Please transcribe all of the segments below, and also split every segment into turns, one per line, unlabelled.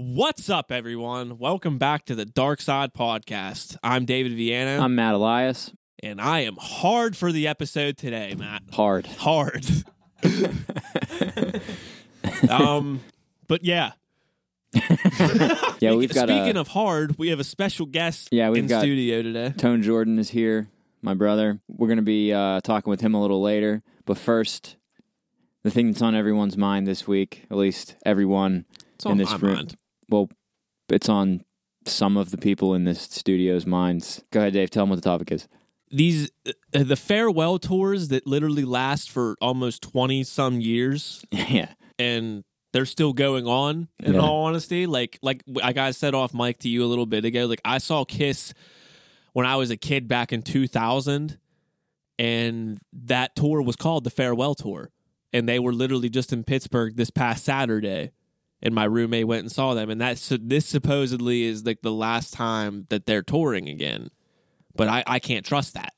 What's up, everyone? Welcome back to the Dark Side Podcast. I'm David Viana,
I'm Matt Elias.
and I am hard for the episode today, Matt.
Hard.
Hard. um, but yeah,
Yeah, we've got
speaking
uh,
of hard, we have a special guest
Yeah, we've
in
got-
studio today.
Tone Jordan is here, my brother. We're gonna be uh, talking with him a little later, but first, the thing that's on everyone's mind this week, at least everyone.
It's
in
on
this
my
room.
mind.
Well, it's on some of the people in this studio's minds. Go ahead, Dave. Tell them what the topic is.
These uh, the farewell tours that literally last for almost twenty some years,
yeah.
and they're still going on in
Yeah.
all honesty like like like i said off mic to you a little bit ago like i saw kiss when i was a kid back in 2000 and that tour was called the farewell tour and they were literally just in pittsburgh this past saturday and my roommate went and saw them and that's this supposedly is like the last time that they're touring again but i i can't trust that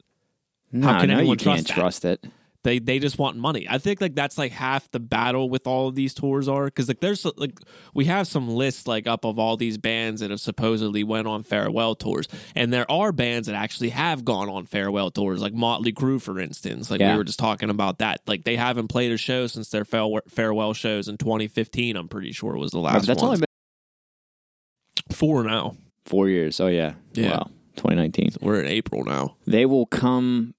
No,
can
no,
anyone
you can't
trust that?
trust it.
they they just want money. I think like that's like half the battle with all of these tours are because like there's like we have some lists like up of all these bands that have supposedly went on farewell tours, and there are bands that actually have gone on farewell tours, like Motley Crue, for instance. Like
Yeah.
we were just talking about that. Like they haven't played a show since their farewell farewell shows in 2015. I'm pretty sure was the last.
that's
one.
only been
four now.
four years. Oh yeah.
Yeah.
Wow. 2019.
We're in April now.
They will come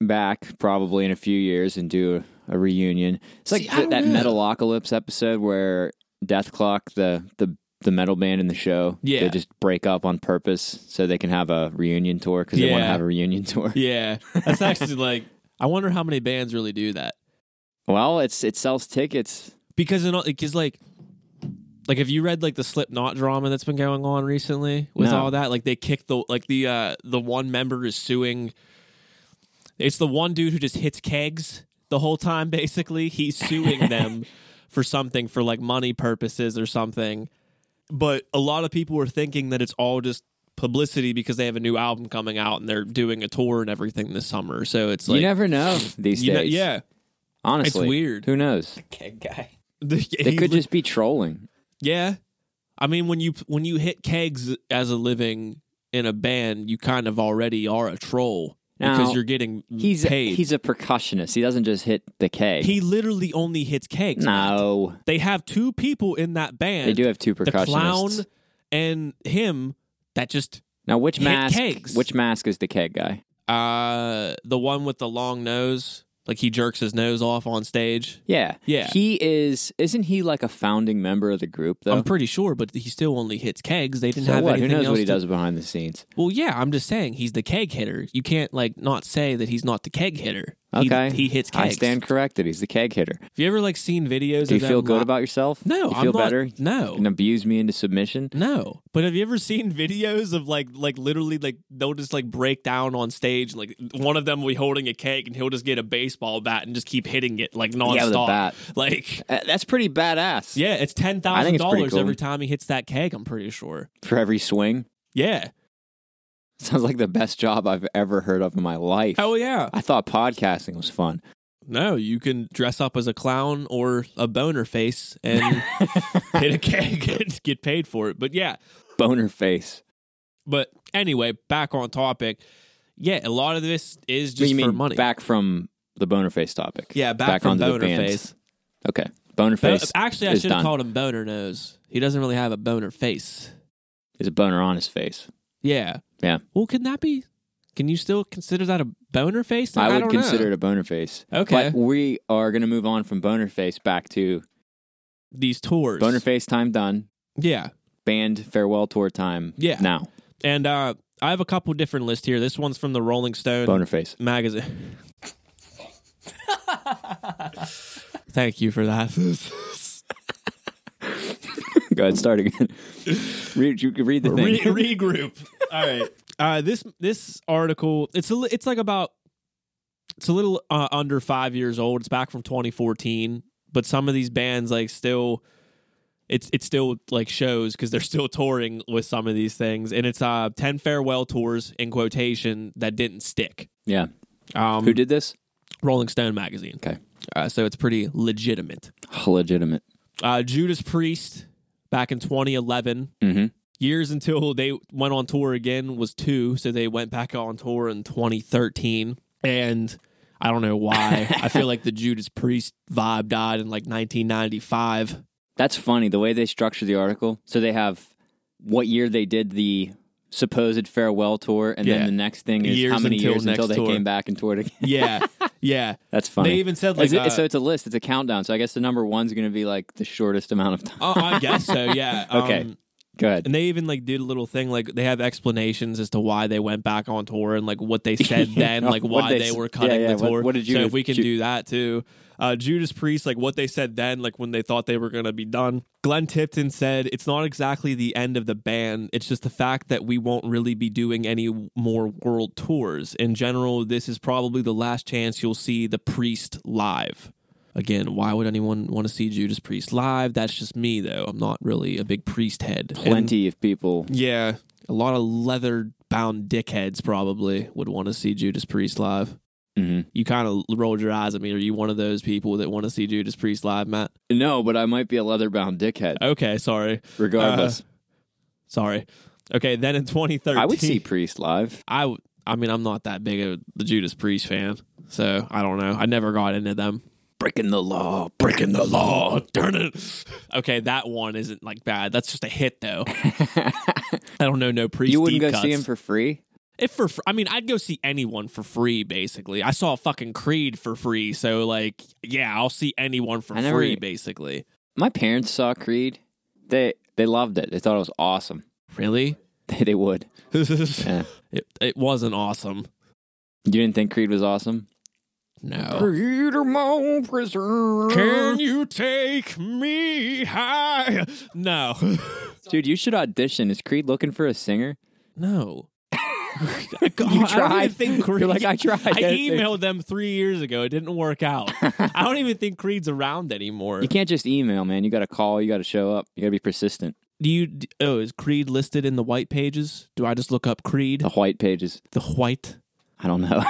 back probably in a few years and do a, a reunion. It's like
See, I don't
th- that
know.
Metalocalypse episode where Death Clock, the the the metal band in the show,
Yeah.
they just break up on purpose so they can have a reunion tour because they want to
Yeah.
have a reunion tour.
Yeah, that's actually like I wonder how many bands really do that.
Well, it's it sells tickets.
because in because like like have you read like the Slipknot drama that's been going on recently with
No.
all that like they kicked the like the uh the one member is suing it's the one dude who just hits kegs the whole time basically he's suing them for something for like money purposes or something but a lot of people are thinking that it's all just publicity because they have a new album coming out and they're doing a tour and everything this summer so it's like
you never know these
you know-
days.
yeah
honestly,
weird.
Who knows?
keg guy.
They could just be trolling.
Yeah. I mean when you when you hit kegs as a living in a band, you kind of already are a troll because
Now,
you're getting
He's
paid.
he's a percussionist. He doesn't just hit the keg.
he literally only hits kegs.
no,
They have two people in that band.
they do have two
the
percussionists.
clown and him that just
Now, which
Hit
mask?
kegs.
Which mask is the keg guy?
uh the one with the long nose, like he jerks his nose off on stage.
Yeah,
Yeah.
He is. Isn't he like a founding member of the group though?
I'm pretty sure, but he still only hits kegs. They didn't
so
have
what? Who
anything
knows
else
what he
to-
does behind the scenes?
Well, yeah, I'm just saying he's the keg hitter. You can't like not say that he's not the keg hitter. He-
Okay,
he, hits kegs.
I stand corrected. He's the keg hitter.
Have you ever like seen videos?
Do you
of them
feel good
li-
about yourself?
No,
you
I'm
feel
not-
better.
No,
And abuse me into submission.
no. But have you ever seen videos of like like literally like they'll just like break down on stage. Like one of them will be holding a keg and he'll just get a baseball bat and just keep hitting it like nonstop.
Yeah, with a bat.
Like.
Uh, that's pretty badass.
Yeah, it's ten
I think
thousand
it's pretty
dollars
cool.
every time he hits that keg. I'm pretty sure.
For every swing,
Yeah.
sounds like the best job I've ever heard of in my life.
Oh yeah.
I thought podcasting was fun.
No, you can dress up as a clown or a boner face and hit a keg and get paid for it. But yeah,
Boner face.
but anyway, back on topic. Yeah, a lot of this is just
you
for
mean
money.
back from the boner face topic?
yeah, Uh, back, from
onto the
boner
bands.
face.
Okay, boner
Bo-
face.
actually, I
is
should have
done.
called him boner nose. He doesn't really have a boner face.
There's a boner on his face.
Yeah.
Yeah.
Well, can that be? Can you still consider that a boner face?
I,
Like,
would
don't
consider
know.
it a boner face.
Okay.
But we are going to move on from boner face back to
these tours.
boner face time done,
Yeah.
band farewell tour time.
Yeah.
Now,
And uh, I have a couple different lists here. This one's from the Rolling Stone
boner face.
magazine. Thank you for that.
Go ahead, start again. read, you can read the
Re-
thing.
regroup. All right. Uh, this this article it's a li- it's like about it's a little uh, under five years old. It's back from 2014, but some of these bands like still it's it still like shows because they're still touring with some of these things, and it's uh ten farewell tours in quotation that didn't stick.
yeah.
Um,
Who did this?
Rolling Stone magazine?
Okay.
Uh, so it's pretty legitimate.
Legitimate.
Uh, Judas Priest, back in 2011.
Mm-hmm.
Years until they went on tour again was two, so they went back on tour in 2013. And I don't know why. I feel like the Judas Priest vibe died in like 1995.
That's funny the way they structure the article. So they have what year they did the supposed farewell tour, and
Yeah.
then the next thing is
Years
how many
until
years
next
until they
tour.
came back and toured again.
Yeah, yeah.
That's funny.
They even said like,
Is it-
uh,
so it's a list. It's a countdown. So I guess the number one's going to be like the shortest amount of time.
oh, I guess so. Yeah.
Okay.
Um,
Go ahead.
And they even like did a little thing like they have explanations as to why they went back on tour and like what they said then, like
What
why
they
they,
s-
were
yeah,
cutting
yeah,
the
what-
tour.
what did
so
Judas-
if we can
Ju-
do that too. Uh, Judas Priest, like what they said then, like when they thought they were gonna be done. Glenn Tipton said it's not exactly the end of the band. It's just the fact that we won't really be doing any more world tours. In general, this is probably the last chance you'll see the Priest live. Again, why would anyone want to see Judas Priest live? That's just me, though. I'm not really a big priest head. And-
Plenty of people.
yeah, a lot of leather bound dickheads probably would want to see Judas Priest live.
hmm
You kind of rolled your eyes at me. Are you one of those people that want to see Judas Priest live, Matt?
No, but I might be a leather bound dickhead.
Okay, sorry,
Regardless,
sorry. Okay, then in 2013,
I would see Priest live.
I, w- I mean, I'm not that big of the Judas Priest fan, so I don't know. I never got into them.
Breaking the law.
Breaking the law, darn it. Okay, that one isn't like bad. That's just a hit though. I don't know no priest.
you wouldn't
deep
go see
cuts.
him for free.
If for, fr- I mean, I'd go see anyone for free. Basically, I saw fucking Creed for free, so like, yeah, I'll see anyone for
I never
free.
e-
Basically,
My parents saw Creed. They they loved it. They thought it was awesome.
really,
They, they would.
it,
Yeah.
it wasn't awesome.
You didn't think Creed was awesome?
No.
Creed or my prisoner.
Oh. Can you take me high? No,
Dude, you should audition. Is Creed looking for a singer?
no.
You
I don't even
tried.
think Creed.
You're like, I tried.
I emailed them three years ago. It didn't work out. I don't even think Creed's around anymore.
You can't just email, man. You got to call. You got to show up. You got to be persistent.
Do you? d- Oh, is Creed listed in the white pages? Do I just look up Creed?
The white pages.
The white.
I don't know.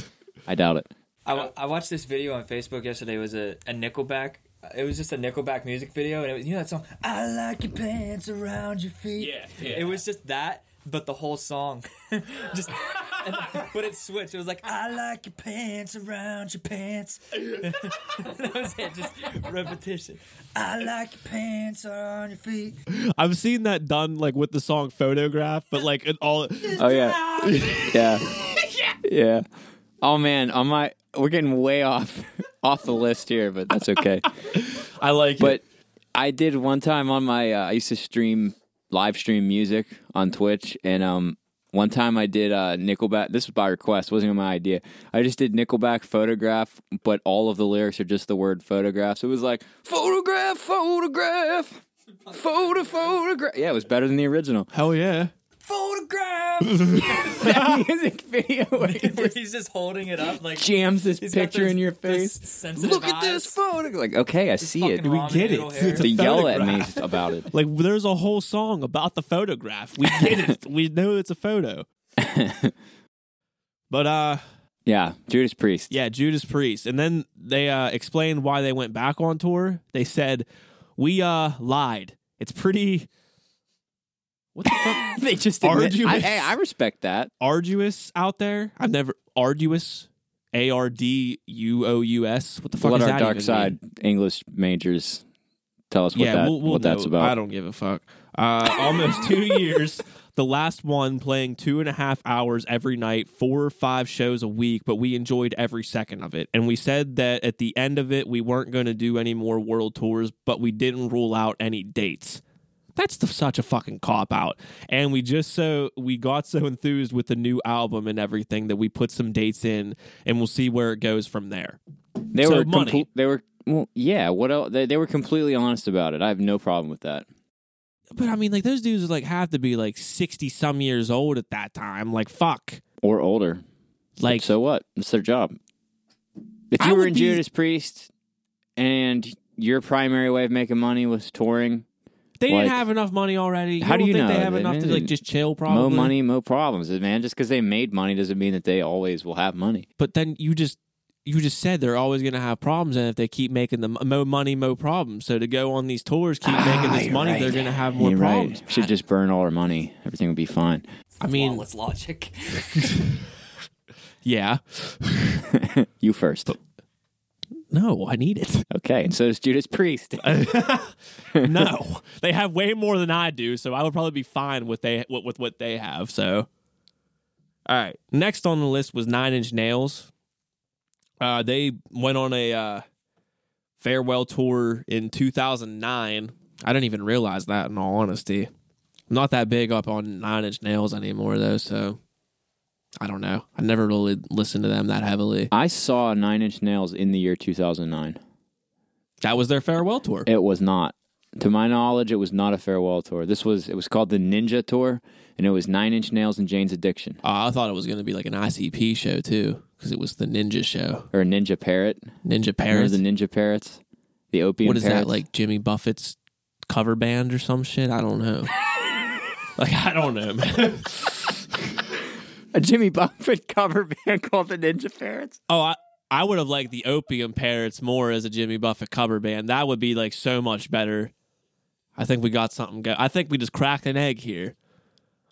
I doubt it.
I, wa- I watched this video on Facebook yesterday. It was a, a Nickelback. It was just a Nickelback music video, and it was you know that song. I like your pants around your feet.
Yeah, yeah.
It was just that, but the whole song, just. and- but it switched. It was like I like your pants around your pants. that was it. Just repetition. I like your pants around your feet.
I've seen that done like with the song Photograph, but like it all
Oh yeah, yeah, yeah. Oh man, on my we're getting way off off the list here, but that's okay.
I like
But I did one time on my uh, I used to stream live stream music on Twitch and um one time I did uh Nickelback this was by request, wasn't even my idea. I just did Nickelback photograph, but all of the lyrics are just the word photograph. So it was like photograph, photograph, photo, photograph. Yeah, it was better than the original.
hell yeah.
Photograph.
that music video where he
He's just holding it up like
jams this
he's got
picture
those-
in your
those
face.
sensitive
Look at
eyes.
this photo. Like, okay, I see it.
fucking
We
Ramen
get it.
noodle hair.
It's
To
a
yell at me
photograph.
about it.
Like there's a whole song about the photograph. We get it. we know it's a photo. But uh
Yeah, Judas Priest.
yeah, Judas Priest. And then they uh explained why they went back on tour. They said, "We uh lied. It's pretty What the fuck?
they just
Arduous.
admit. I, hey, I respect that.
arduous out there. I've never arduous, A R D U O U S. What the fuck
what
is
our
that
dark
even
side
mean?
English majors tell us what
yeah,
that
we'll, we'll
what that's
know.
about.
I don't give a fuck. Uh, almost two years. The last one playing two and a half hours every night, four or five shows a week, but we enjoyed every second of it. And we said that at the end of it, we weren't going to do any more world tours, but we didn't rule out any dates. That's the, such a fucking cop out. And we just so we got so enthused with the new album and everything that we put some dates in, and we'll see where it goes from there.
they
so
were
money.
comple- they were well, yeah. What else? They, they were completely honest about it. I have no problem with that.
But I mean, like those dudes would, like have to be like sixty some years old at that time. Like fuck.
Or older.
Like
so what? It's their job. If
I
you were
would
in
be-
Judas Priest and your primary way of making money was touring,
they didn't
like-
have enough money already.
How do
don't
you
think
know?
they have
They
enough to
didn't.
like just chill? Probably
mo money, mo problems, man. Just because they made money doesn't mean that they always will have money.
But then you just you just said they're always going to have problems, and if they keep making the mo money, mo problems. So to go on these tours, keep making this money, they're going to have more
Ah, You're
problems.
right. Should just burn all our money. Everything would be fine.
I mean,
flawless logic.
yeah,
You first.
no, I need it.
Okay, and so does Judas Priest.
No, they have way more than I do, so I would probably be fine with they with, with what they have. So, all right. Next on the list was Nine Inch Nails. Uh, they went on a uh, farewell tour in 2009. I didn't even realize that. In all honesty, I'm not that big up on Nine Inch Nails anymore, though. So, I don't know. I never really listened to them that heavily.
I saw Nine Inch Nails in the year 2009.
That was their farewell tour.
It was not. To my knowledge, it was not a farewell tour. This was it was called the Ninja Tour, and it was Nine Inch Nails and Jane's Addiction
Uh, I thought it was going to be like an ICP show too, because it was the Ninja show.
or Ninja Parrot.
Ninja
Remember
Parrots.
the Ninja Parrots, the Opium.
what is that
Parrots?
like Jimmy Buffett's cover band or some shit? I don't know. like I don't know, man.
A Jimmy Buffett cover band called the Ninja Parrots.
oh, I I would have liked the Opium Parrots more as a Jimmy Buffett cover band. That would be like so much better. I think we got something go. I think we just cracked an egg here.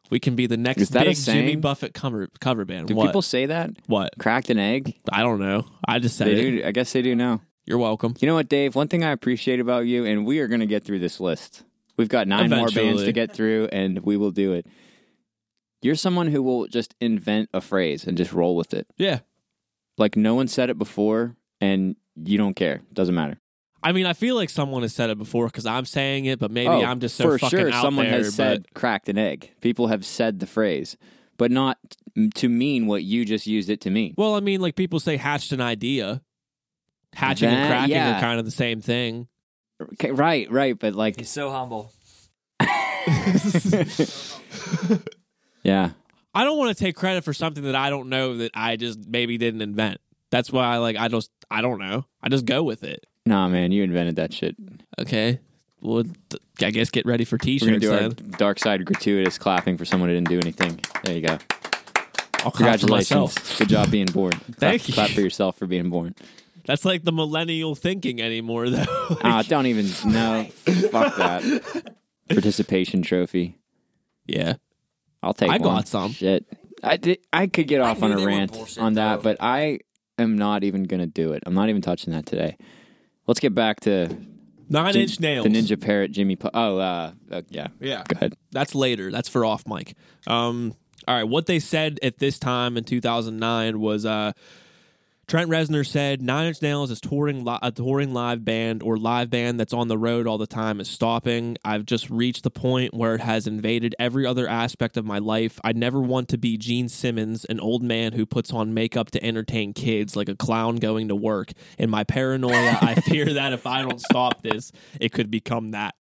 We can be the next
Is that a
big Jimmy
saying?
Buffett cover cover band.
Do
what?
people say that?
what?
Cracked an egg?
I don't know. I just said
They
it.
do. I guess they do now.
You're welcome.
You know what, Dave? One thing I appreciate about you, and we are going to get through this list. We've got nine more bands
Eventually.
to get through, and we will do it. You're someone who will just invent a phrase and just roll with it.
Yeah.
Like no one said it before, and you don't care. Doesn't matter.
I mean, I feel like someone has said it before because I'm saying it, but maybe
Oh,
I'm just so
for
fucking
sure.
out
someone
there.
has said cracked an egg. People have said the phrase, but not to mean what you just used it to mean.
Well, I mean, like people say hatched an idea. Hatching and
That-
cracking
yeah.
are kind of the same thing.
Okay, right, right, but like,
He's so humble.
yeah,
I don't want to take credit for something that I don't know that I just maybe didn't invent. That's why I like I just I don't know. I just go with it.
nah, man, you invented that shit.
Okay. Well, th- I guess get ready for
We're gonna
t-shirts
do our
then.
dark side gratuitous clapping for someone who didn't do anything. There you go.
I'll clap for
Congratulations.
myself.
Good job being born.
Thank
clap,
you.
Clap for yourself for being born.
That's like the millennial thinking anymore though. Like-
Ah, don't even no. Fuck that. Participation trophy.
yeah.
I'll take.
I
one.
got some.
Shit. I did, I could get off
knew
on
they
a
were
rant
bullshit,
on that,
though.
but I am not even gonna do it. I'm not even touching that today. Let's get back to
9-inch nails.
the Ninja Parrot Jimmy. Po- oh, uh, uh, yeah.
Yeah.
Go ahead.
That's later. That's for off mic. Um, all right. What they said at this time in 2009 was uh, Trent Reznor said Nine Inch Nails is touring li- a touring live band or live band that's on the road all the time is stopping. I've just reached the point where it has invaded every other aspect of my life. I never want to be Gene Simmons, an old man who puts on makeup to entertain kids like a clown going to work. In my paranoia, I fear that if I don't stop this, it could become that.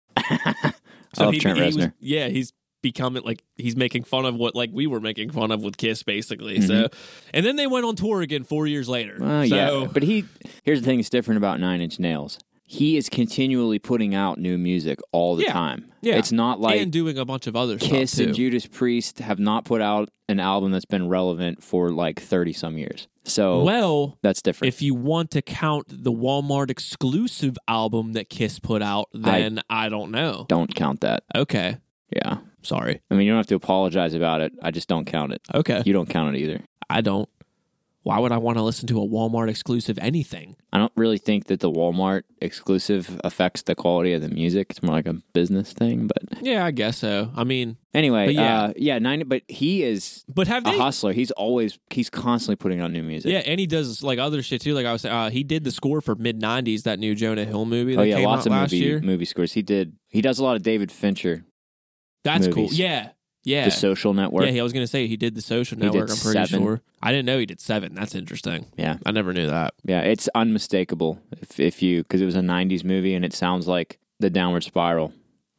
I love Trent
was-
Reznor.
yeah, he's becoming like he's making fun of what like we were making fun of with Kiss, basically. So, and then they went on tour again four years later.
Mm-hmm. Well,
so,
yeah, but he here's the thing that's different about Nine Inch Nails. He is continually putting out new music all the
Yeah.
time.
Yeah.
it's not like
and doing a bunch of other
Kiss
stuff
and
too.
Judas Priest have not put out an album that's been relevant for like thirty some years. So
well,
that's different.
if you want to count the Walmart exclusive album that Kiss put out, then I, don't know.
don't count that.
Okay,
Yeah,
sorry.
I mean you don't have to apologize about it. I just don't count it.
Okay,
You don't count it either.
I don't. Why would I want to listen to a Walmart exclusive anything?
I don't really think that the Walmart exclusive affects the quality of the music. It's more like a business thing. But
Yeah, I guess so. I mean,
anyway,
But yeah.
uh, yeah, nine. But he is
but have
a
they?
hustler. He's always he's constantly putting out new music.
Yeah, and he does like other shit too. Like I was saying, uh, he did the score for mid '90s, that new Jonah Hill movie that
Oh yeah,
came
lots
out
of
last
movie
year.
movie scores. He did. He does a lot of David Fincher,
That's cool.
movies.
Yeah, yeah,
The Social Network.
yeah. He, I was gonna say he did the Social
He did
Network. I'm pretty
seven.
sure. I didn't know he did seven. That's interesting.
Yeah.
I never knew that.
Yeah, it's unmistakable if if you because it was a '90s movie and it sounds like The Downward Spiral.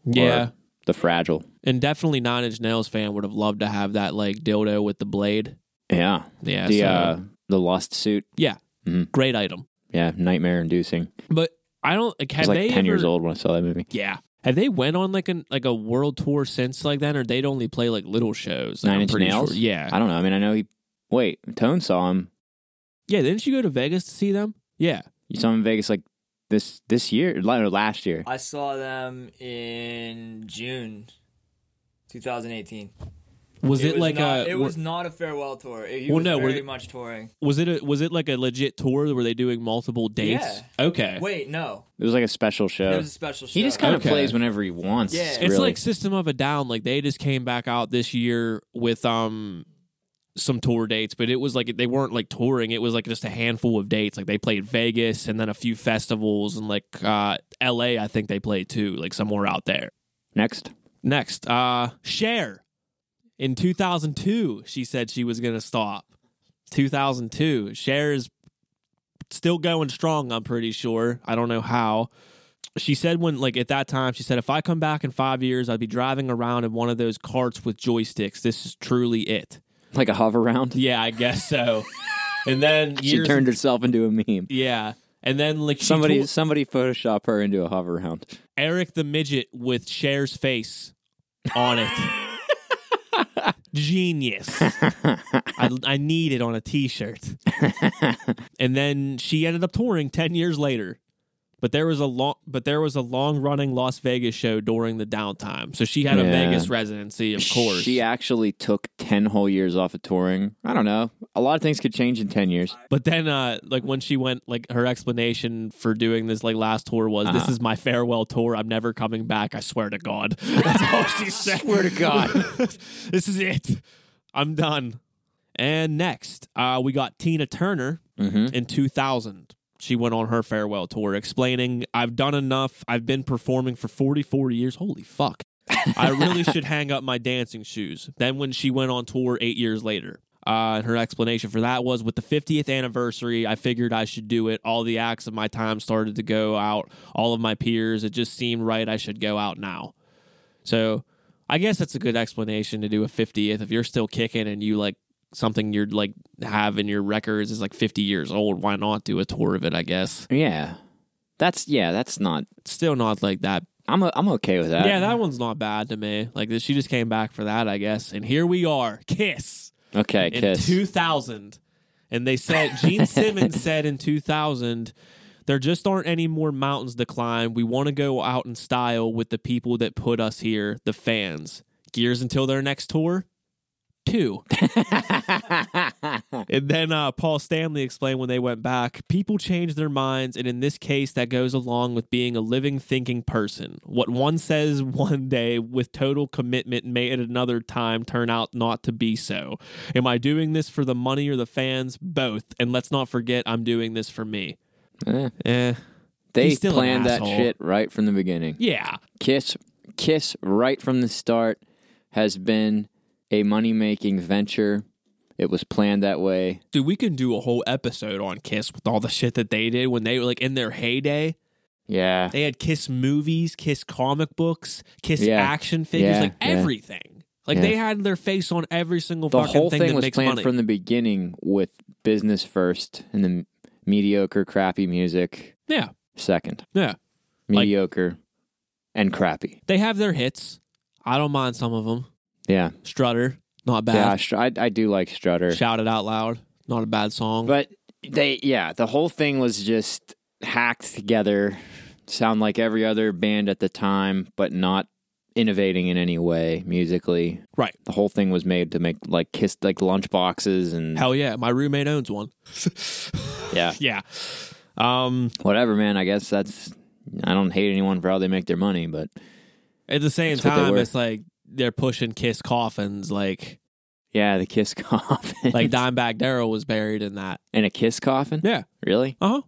or
Yeah,
The Fragile.
and definitely Nine Inch Nails fan would have loved to have that like dildo with the blade.
Yeah,
Yeah,
the
so-
uh, the Lust Suit.
yeah,
Mhm.
great item.
Yeah, nightmare inducing.
But I don't. Like,
I
have
was like
they
ten years
ever-
old when I saw that movie.
Yeah. Have they went on like an like a world tour since like then, or they'd only play like little shows?
Nine
I'm
Inch
pretty
Nails.
Sure. Yeah.
I don't know. I mean, I know he. Wait, Tone saw him.
Yeah, didn't you go to Vegas to see them? Yeah.
You saw him in Vegas like this this year, like, or last year.
I saw them in June 2018.
Was it,
was
like
not,
a
it
were-
was not a farewell tour. It, he
Well,
was
no, was
very
it-
much touring.
was it a, was it like a legit tour? Were they doing multiple dates? Okay.
Wait, no,
It was like a special show.
it was a special show.
he just kind of
Okay.
plays whenever he wants.
Yeah.
It's
really.
like System of a Down. Like they just came back out this year with um some tour dates, but it was like they weren't like touring. It was like just a handful of dates. Like they played Vegas and then a few festivals and like uh LA I think they played too, like somewhere out there.
next.
Next, uh Cher. In 2002, she said she was going to stop. 2002, Cher is still going strong, I'm pretty sure. I don't know how. She said when like at that time she said if I come back in 5 years, I'd be driving around in one of those carts with joysticks. This is truly it.
Like a hover round.
Yeah, I guess so. and then
She
years
turned herself into a meme.
yeah. And then like she
Somebody
told-
somebody Photoshop her into a hover round.
Eric the Midget with Cher's face on it. Genius. I, I need it on a t shirt. and then she ended up touring 10 years later. But there was a long, but there was a long running Las Vegas show during the downtime. So she had a
Yeah.
Vegas residency, of course.
She actually took 10 whole years off of touring. I don't know. A lot of things could change in 10 years.
But then, uh, like when she went, like her explanation for doing this, like last tour was, "This
Uh-huh.
is my farewell tour. I'm never coming back. I swear to God." That's all she said.
Swear to God.
this is it. I'm done. And next, uh, we got Tina Turner
Mm-hmm.
in 2000. She went on her farewell tour, explaining, "I've done enough. I've been performing for 44 years. Holy fuck." I really should hang up my dancing shoes. Then when she went on tour eight years later. Uh, and her explanation for that was with the 50th anniversary, I figured I should do it. All the acts of my time started to go out, all of my peers. It just seemed right I should go out now. So I guess that's a good explanation to do a 50th. If you're still kicking and you like something you're like have in your records is like 50 years old, why not do a tour of it? I guess.
Yeah. That's yeah, that's not
It's still not like that
I'm o- I'm okay with that.
yeah, that one's not bad to me. Like this, she just came back for that, I guess. And here we are, Kiss
Okay,
in
kiss.
2000, and they said Gene Simmons said in 2000, there just aren't any more mountains to climb. We want to go out in style with the people that put us here, the fans. Gears until their next tour, two. And then uh, Paul Stanley explained when they went back people change their minds, and in this case, that goes along with being a living, thinking person. What one says one day with total commitment may at another time turn out not to be so. Am I doing this for the money or the fans? Both. And let's not forget, I'm doing this for me.
Eh.
Eh.
they
He's still an
planned that
asshole.
shit right from the beginning.
Yeah.
Kiss Kiss right from the start has been a money-making venture. It was planned that way.
Dude, we can do a whole episode on Kiss with all the shit that they did when they were like in their heyday.
Yeah.
They had Kiss movies, Kiss comic books, Kiss
Yeah.
action figures,
Yeah,
like
yeah.
everything. Like
Yeah.
they had their face on every single
the
fucking
whole
thing,
thing,
that
was
makes
planned
money.
from the beginning with business first and then mediocre crappy music
yeah,
second
yeah. Like-
mediocre and crappy
They have their hits. I don't mind some of them.
yeah
Strutter, not
yeah
bad.
str- I, I do like strutter
Shout it out loud, not a bad song.
but they yeah the whole thing was just hacked together sound like every other band at the time but not innovating in any way musically
right.
the whole thing was made to make like kiss like lunch boxes and
Hell yeah, my roommate owns one.
yeah
yeah. Um,
whatever man i guess that's i don't hate anyone for how they make their money but
at the same
That's what they
time,
were.
it's like they're pushing Kiss coffins. Like,
Yeah, the kiss coffin.
like Dimebag Darrell was buried in that.
in a kiss coffin?
Yeah.
Really?
Uh huh.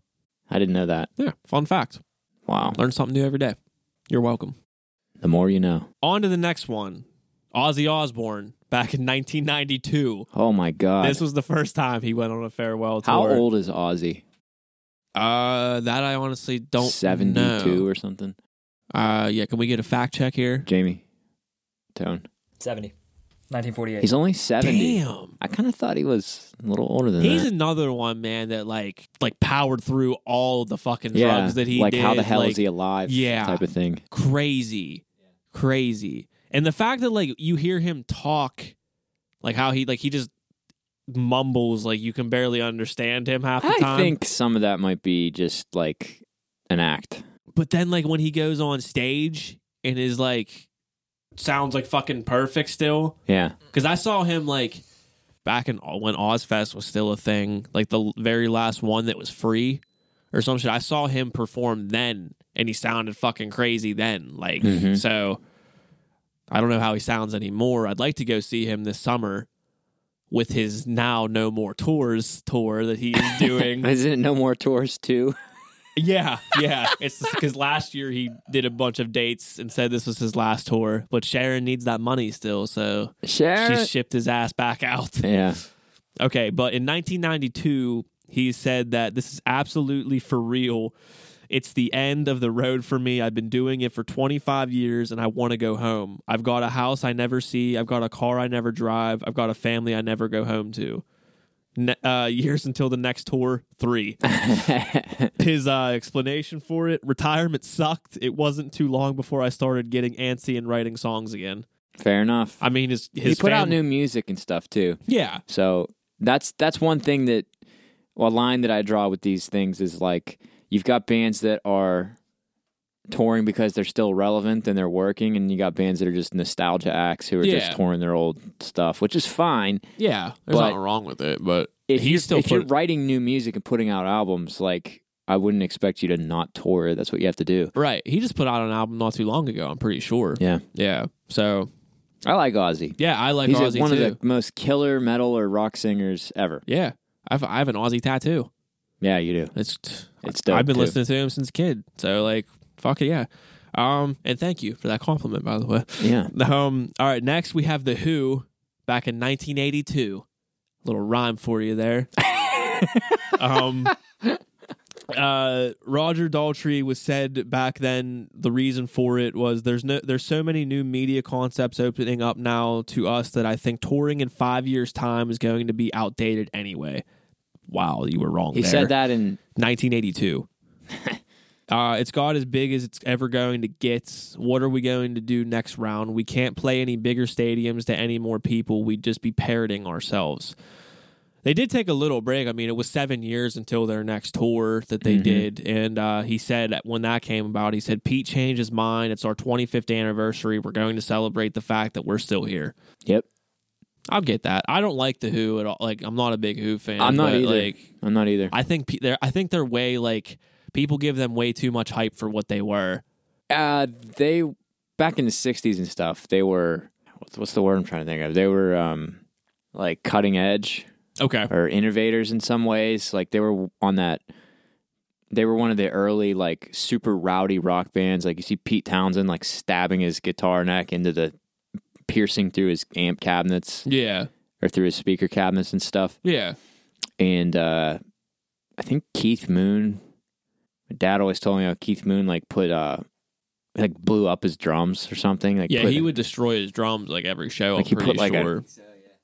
I didn't know that.
Yeah. Fun fact.
Wow.
Learn something new every day. You're welcome.
The more you know.
On to the next one. Ozzy Osbourne back in 1992.
Oh my god.
This was the first time he went on a farewell tour.
How old is Ozzy?
Uh, that I honestly don't
72
know.
or something.
Uh, yeah. Can we get a fact check here?
Jamie. Tone.
70, 1948.
He's only 70.
Damn.
I kind of thought he was a little older than
He's
that.
another one, man, that like like powered through all the fucking
yeah.
drugs that he
like
did.
how the hell
like,
is he alive?
Yeah.
Type of thing.
crazy crazy and the fact that like you hear him talk like how he like he just mumbles like you can barely understand him half the
I
time.
think some of that might be just like an act.
But then like when he goes on stage and is like sounds like fucking perfect still
Yeah.
cuz I saw him like back in when Ozfest was still a thing, like the very last one that was free or some shit. I saw him perform then and he sounded fucking crazy then. Like
Mhm.
so I don't know how he sounds anymore. I'd like to go see him this summer with his now no more tours tour that he is doing.
Is it no more tours too?
Yeah, yeah. It's because last year he did a bunch of dates and said this was his last tour, but Sharon needs that money still, so
Sharon.
she shipped his ass back out.
yeah.
Okay, but in 1992, he said that this is absolutely for real. It's the end of the road for me. I've been doing it for 25 years and I want to go home. I've got a house I never see. I've got a car I never drive. I've got a family I never go home to. Ne- uh, years until the next tour, three. His uh, explanation for it retirement sucked. It wasn't too long before I started getting antsy and writing songs again.
Fair enough.
I mean, his, his
he put out
fam-
new music and stuff too.
Yeah.
So that's that's one thing that well, a line that I draw with these things is like you've got bands that are touring because they're still relevant and they're working, and you got bands that are just nostalgia acts who are
Yeah.
just touring their old stuff, which is fine.
Yeah.
there's But- nothing
wrong with it, but
If
He's
you're,
still
if you're
put-
writing new music and putting out albums, like I wouldn't expect you to not tour. That's what you have to do.
Right. He just put out an album not too long ago, I'm pretty sure.
Yeah,
Yeah. So,
I like Ozzy.
yeah, I like
He's
Ozzy
one
too.
of the most killer metal or rock singers ever.
yeah. I've, I have an Aussie tattoo.
Yeah, you do.
It's
It's dope.
I've been
too.
listening to him since a kid. So like fuck it, yeah. Um and thank you for that compliment by the way.
Yeah.
Um all right, next we have The Who back in 1982. Little rhyme for you there. um uh Roger Daltrey was said back then the reason for it was there's no there's so many new media concepts opening up now to us that I think touring in 5 years time is going to be outdated anyway. Wow, you were wrong
He
there.
said that in
1982. uh, it's got as big as it's ever going to get. What are we going to do next round? We can't play any bigger stadiums to any more people. We'd just be parroting ourselves. They did take a little break. I mean, it was seven years until their next tour that they
Mm-hmm.
did. And uh, he said that when that came about, he said, Pete changed his mind. It's our 25th anniversary. We're going to celebrate the fact that we're still here.
Yep.
I'll get that. I don't like the Who at all. Like, I'm not a big Who fan.
I'm not
but,
either.
Like,
I'm not either.
I think pe- they're I think they're way like people give them way too much hype for what they were.
Uh, they back in the '60s and stuff. They were what's, what's the word I'm trying to think of? They were um like cutting edge
Okay.
or innovators in some ways. Like they were on that. They were one of the early like super rowdy rock bands. Like you see Pete Townsend like stabbing his guitar neck into the piercing through his amp cabinets
Yeah.
or through his speaker cabinets and stuff.
Yeah.
and uh, I think Keith Moon. My dad always told me how Keith Moon like put uh like blew up his drums or something. Like
Yeah,
put
he would destroy his drums like every show,
Like,
I'm
he
pretty
put, like, a-
sure.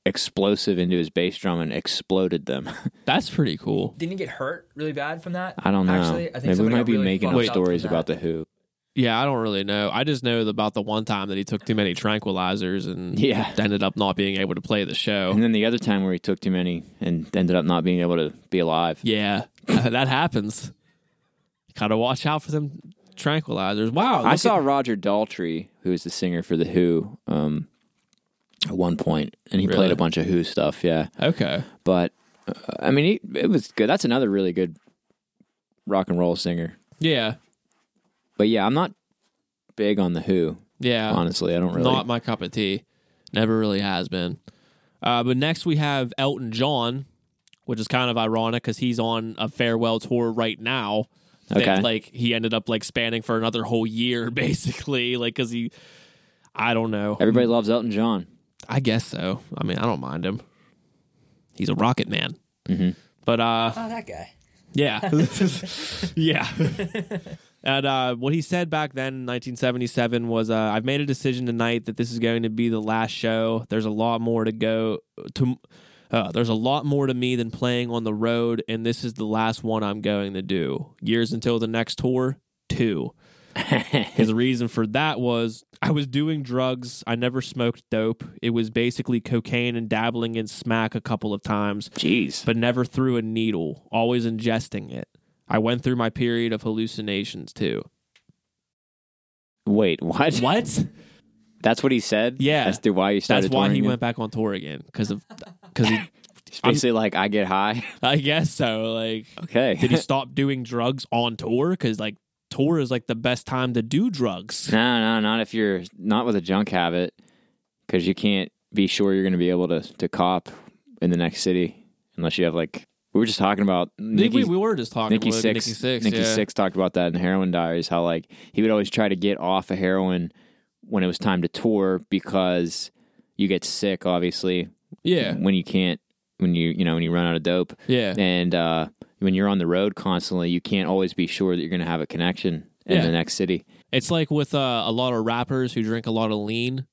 explosive into his bass drum and exploded them.
That's pretty cool.
Didn't he get hurt really bad from that?
I don't know.
Actually, I think
Maybe we
something
might
got
be
really
making up
fucked up
stories
from
about
that.
the Who.
Yeah, I don't really know. I just know about the one time that he took too many tranquilizers and
Yeah.
ended up not being able to play the show.
And then the other time where he took too many and ended up not being able to be alive.
Yeah. that happens. Gotta watch out for them tranquilizers. Wow.
I
look
saw
at-
Roger Daltrey, who is the singer for the Who, um, at one point, and he
Really?
played a bunch of Who stuff. Yeah,
Okay.
but uh, I mean, he, it was good. That's another really good rock and roll singer.
Yeah.
But yeah, I'm not big on the Who.
Yeah.
Honestly, I don't really.
Uh, Not my cup of tea. Never really has been. Uh, but next we have Elton John, which is kind of ironic because he's on a farewell tour right now. that,
Okay.
like he ended up like spanning for another whole year, basically. Like because he, I don't know.
everybody loves Elton John.
I guess so. I mean, I don't mind him. He's a rocket man.
Mm-hmm.
But uh,
Oh, that guy.
yeah. yeah. and uh, what he said back then in 1977 was uh, I've made a decision tonight that this is going to be the last show. There's a lot more to go to. Uh, there's a lot more to me than playing on the road, and this is the last one I'm going to do. Years until the next tour, two. His reason for that was I was doing drugs. I never smoked dope. It was basically cocaine and dabbling in smack a couple of times,
Jeez.
but never through a needle, always ingesting it. I went through my period of hallucinations too.
Wait, what?
What?
That's what he said.
Yeah.
That's the why you
That's
started.
why
touring
he
him?
went back on tour again because of because he.
It's basically like I get high.
I guess so. Like,
Okay.
did he stop doing drugs on tour? Because like tour is like the best time to do drugs.
no, no, not if you're not with a junk habit, because you can't be sure you're going to be able to to cop in the next city unless you have like we were just talking about
I think
Nikki.
we, we were just talking
Nikki
about
Six,
Nikki Six.
Nikki
yeah.
Six talked about that in Heroin Diaries, how like he would always try to get off of heroin when it was time to tour because you get sick, obviously,
Yeah.
when you can't, when you you know when you run out of dope,
Yeah.
and uh, when you're on the road constantly, you can't always be sure that you're going to have a connection in
Yeah.
the next city.
It's like with uh, a lot of rappers who drink a lot of lean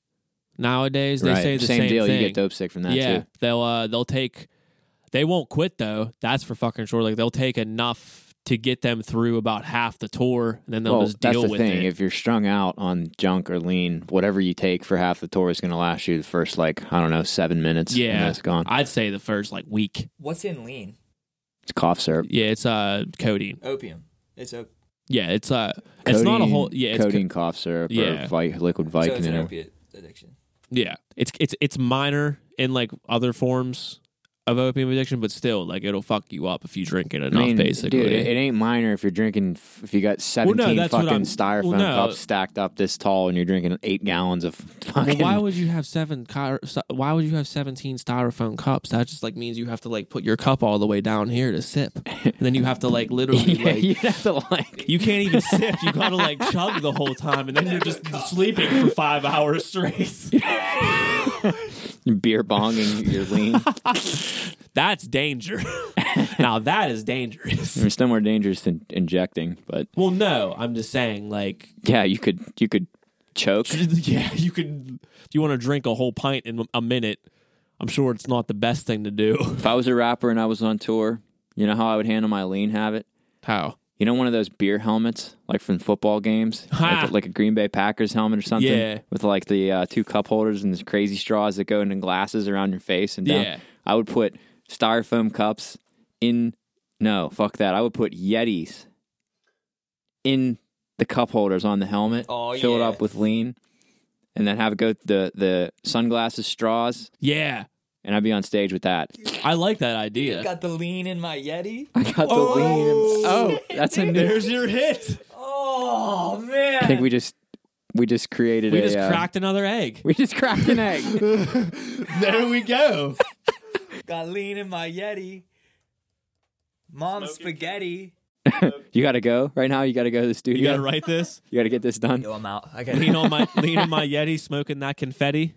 nowadays. They
right,
say the
same,
same,
deal.
Thing.
You get dope sick from that
yeah,
too.
they'll uh, they'll take. They won't quit though. That's for fucking sure. Like they'll take enough to get them through about half the tour, and then they'll
well,
just
that's
deal
the
with
thing.
it.
If you're strung out on junk or lean, whatever you take for half the tour is going to last you the first like I don't know seven minutes. and
yeah,
then it's gone.
I'd say the first like week.
What's in lean?
It's cough syrup.
Yeah, it's uh codeine.
Opium. It's op-
Yeah, it's uh, it's not a whole. Yeah, it's co-
codeine cough syrup
Yeah.
or vi- liquid
so it's an
Vicodin.
opiate addiction.
yeah, it's it's it's minor in like other forms of opium addiction, but still, like itll fuck you up if you drink it
I
enough.
mean,
basically,
dude, it, it ain't minor if you're drinking. f- If you got
no,
seventeen
that's what
fucking
I'm-
styrofoam
well, no.
cups stacked up this tall, and you're drinking eight gallons of
Well,
fucking.
why would you have seven? chi- Why would you have seventeen styrofoam cups? That just like means you have to like put your cup all the way down here to sip, and then you have to like literally
yeah,
like
you have to like.
you can't even sip. You gotta like chug the whole time, and then you're just sleeping for five hours straight.
Beer bonging your lean.
That's danger. now that is dangerous.
It's no more dangerous than injecting, but
Well, no, I'm just saying like
yeah, you could you could choke.
yeah, you could if you want to drink a whole pint in a minute. I'm sure it's not the best thing to do.
If I was a rapper and I was on tour, you know how I would handle my lean habit.
How?
You know, one of those beer helmets, like from football games,
Ha!
like, like a Green Bay Packers helmet or something,
Yeah.
with like the uh, two cup holders and these crazy straws that go into glasses around your face and down.
Yeah.
I would put styrofoam cups in. No, fuck that. I would put Yetis in the cup holders on the helmet,
Oh,
fill it
yeah.
up with lean, and then have it go the the sunglasses straws,
Yeah,
and I'd be on stage with that.
I like that idea.
Got the lean in my Yeti.
I got the lean. Oh, that's a new.
There's your hit.
Oh man.
I think we just we just created
We
a
just
uh,
cracked another egg.
we just cracked an egg.
There we go.
Got lean in my Yeti. Mom's spaghetti.
you got to go right now. You got to go to the
You
studio.
gotta write this.
You got to get this done.
Yo, I'm out. I got
Lean on my lean on my Yeti, smoking that confetti.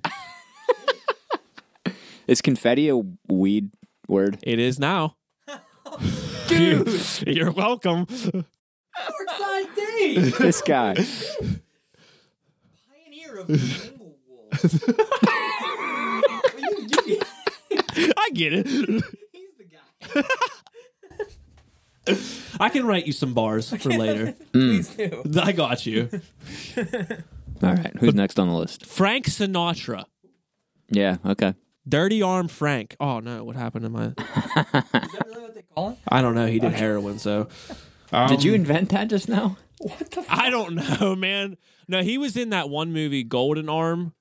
Is confetti a weed word?
It is now. Dude, you're welcome.
Northside Dave,
This guy.
pioneer of the Wolves.
I get it.
He's the guy.
I can write you some bars for later.
Please do.
I got you.
All right. Who's next on the list?
Frank Sinatra.
Yeah. Okay.
Dirty Arm Frank. Oh no, what happened to my
Is that really what they call him?
I don't know, he did heroin, so Um,
Did you invent that just now?
What the? F-
I don't know, man. No, he was in that one movie, Golden Arm,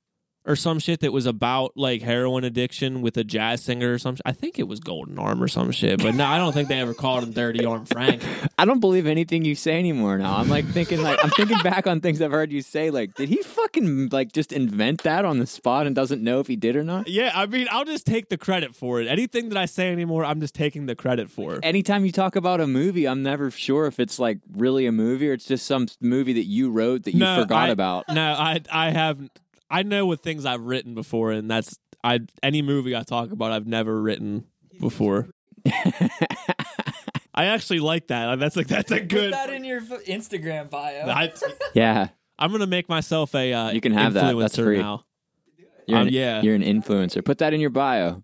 or some shit that was about like heroin addiction with a jazz singer or some. sh- I think it was Golden Arm or some shit, but no, I don't think they ever called him Dirty Arm Frank.
I don't believe anything you say anymore. Now I'm like thinking like I'm thinking back on things I've heard you say. Like, did he fucking like just invent that on the spot and doesn't know if he did or not?
yeah, I mean, I'll just take the credit for it. Anything that I say anymore, I'm just taking the credit for.
anytime you talk about a movie, I'm never sure if it's like really a movie or it's just some movie that you wrote that you
I-
forgot about.
No, I I have I know what things I've written before, and that's I any movie I talk about I've never written before. I actually like that. That's like that's a
Put
good.
that in your f- Instagram bio.
I,
Yeah,
I'm gonna make myself a. Uh,
You can have that.
influencer
That's free.
now.
you're
Um,
an,
yeah.
you're an influencer. Put that in your bio.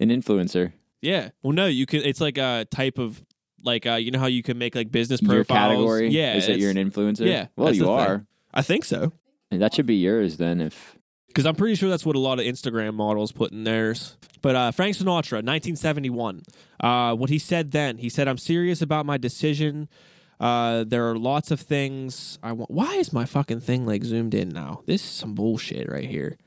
An influencer.
Yeah. Well, no, you can. It's like a type of like uh, you know how you can make like business
Your
profiles.
category
yeah,
is that
it's-
you're an influencer?
yeah,
Well,
that's
you
the thing.
are.
I think so
And That should be yours then if
because I'm pretty sure that's what a lot of Instagram models put in theirs. But uh, Frank Sinatra, 1971, uh, what he said then, he said, "I'm serious about my decision." Uh, there are lots of things I want. Why is my fucking thing like zoomed in now? This is some bullshit right here.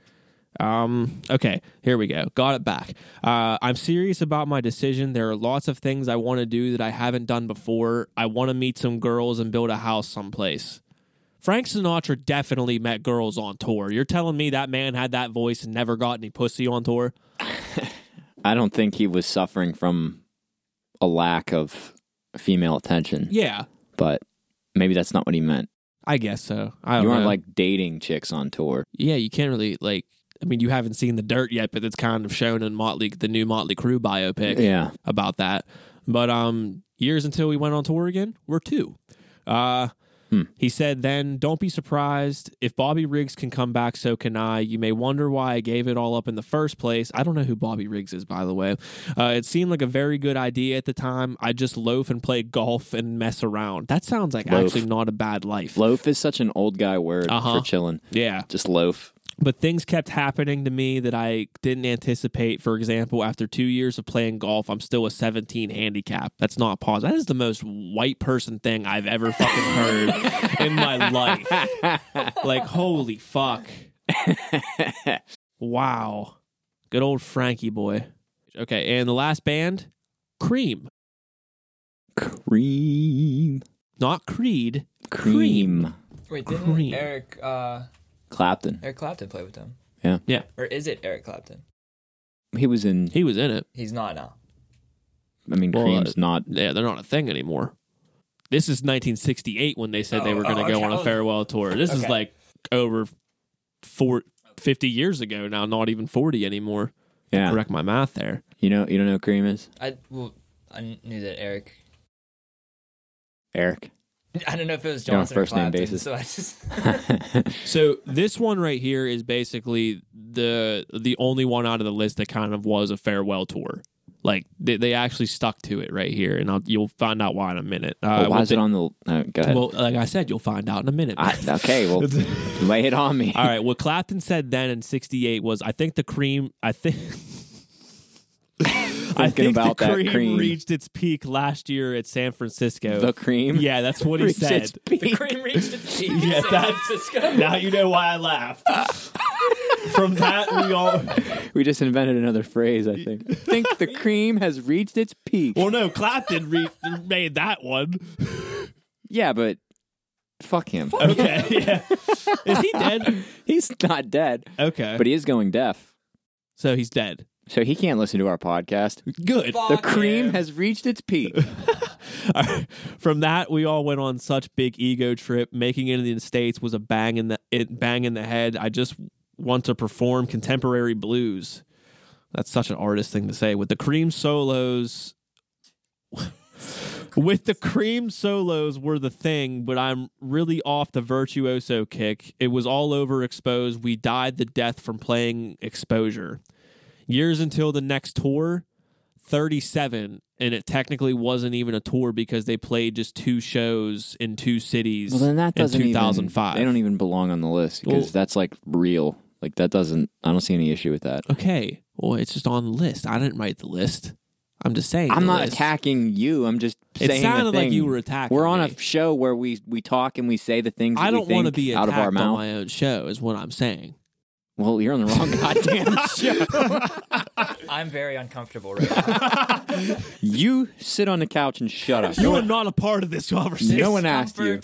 Um, okay, here we go. Got it back. Uh, I'm serious about my decision. There are lots of things I want to do that I haven't done before. I want to meet some girls and build a house someplace. Frank Sinatra definitely met girls on tour. You're telling me that man had that voice and never got any pussy on tour?
I don't think he was suffering from a lack of female attention,
Yeah,
but maybe that's not what he meant.
I guess so. I don't
You aren't
know.
like dating chicks on tour.
yeah, you can't really like. I mean, you haven't seen the dirt yet, but it's kind of shown in Motley, the new Motley Crue biopic.
Yeah.
about that. But um, years until we went on tour again were two. Uh,
Hmm.
He said, then don't be surprised. If Bobby Riggs can come back, so can I. You may wonder why I gave it all up in the first place. I don't know who Bobby Riggs is, by the way. Uh, it seemed like a very good idea at the time. I just loaf and play golf and mess around. That sounds like
Loaf.
actually not a bad life.
Loaf is such an old guy word
Uh-huh.
for chilling.
Yeah.
Just loaf.
But things kept happening to me that I didn't anticipate. For example, after two years of playing golf, I'm still a 17 handicap. That's not pause. That is the most white person thing I've ever fucking heard in my life. Like, holy fuck. Wow. Good old Frankie boy. Okay, and the last band, Cream.
Cream.
Not Creed.
Cream.
Wait, didn't
Cream.
Eric uh,
Clapton.
Eric Clapton play with them?
Yeah.
Yeah.
Or is it Eric Clapton?
He was in,
He was in it.
He's not now.
I mean,
Well,
Cream's
uh,
not.
Yeah, they're not a thing anymore. This is 1968 when they said they
Oh,
were going to
oh,
go
okay.
on a
Oh.
farewell tour. This is
Okay.
like over four, 50 years ago now, not even 40 anymore.
Yeah.
Correct my math there.
You know, you don't know who Cream is?
I well, I knew that Eric.
Eric.
I don't know if it was
You're on
Johnson or
first name
Clapton,
basis.
So I just
So this one right here is basically the the only one out of the list that kind of was a farewell tour. Like they, they actually stuck to it right here, and I'll, you'll find out why in a minute. Uh,
Well, why is it on the. Oh, go ahead.
well, like I said, you'll find out in a minute.
I, okay, well, lay it on me.
All right. What Clapton said then in '68 was, "I think the cream. I think." I
Thinking
think
about
the
that
cream,
cream.
reached its peak last year at San Francisco.
The Cream?
yeah, that's what he
Reached its
said.
peak.
Cream reached its peak.
Yeah,
San
that-
Francisco.
Now you know why I laughed. From that we all
We just invented another phrase, I think. think the cream has reached its peak.
well no Clapton re- made that one.
yeah, but fuck him.
Okay, yeah. Is he dead?
He's not dead,
Okay,
but he is going deaf.
so he's dead.
So he can't listen to our podcast.
Good.
The
Fuck
cream
him.
has reached its peak.
From that, we all went on such big ego trip. Making it in the states was a bang in the it, bang in the head. I just want to perform contemporary blues. That's such an artist thing to say. With the cream solos, with the cream solos were the thing, but I'm really off the virtuoso kick. It was all overexposed. We died the death from playing exposure. Years until the next tour, 37 and it technically wasn't even a tour because they played just two shows in two cities
Well, then that doesn't
in 2005
Even, they don't even belong on the list because
Well-
that's like real. Like that doesn't. I don't see any issue with that.
okay well it's just on the list i didn't write the list i'm just saying
I'm
the
not
list.
attacking you. I'm just.
It
saying a
sounded like
thing.
you were attacking
We're on
me.
a show where we we talk and we say the things. That
i don't
want to
be
out of
attacked
our
on
mouth.
my own show is what i'm saying
Well, you're on the wrong goddamn show.
I'm very uncomfortable right now.
You sit on the couch and shut up.
you are not a part of this conversation
No one asked you.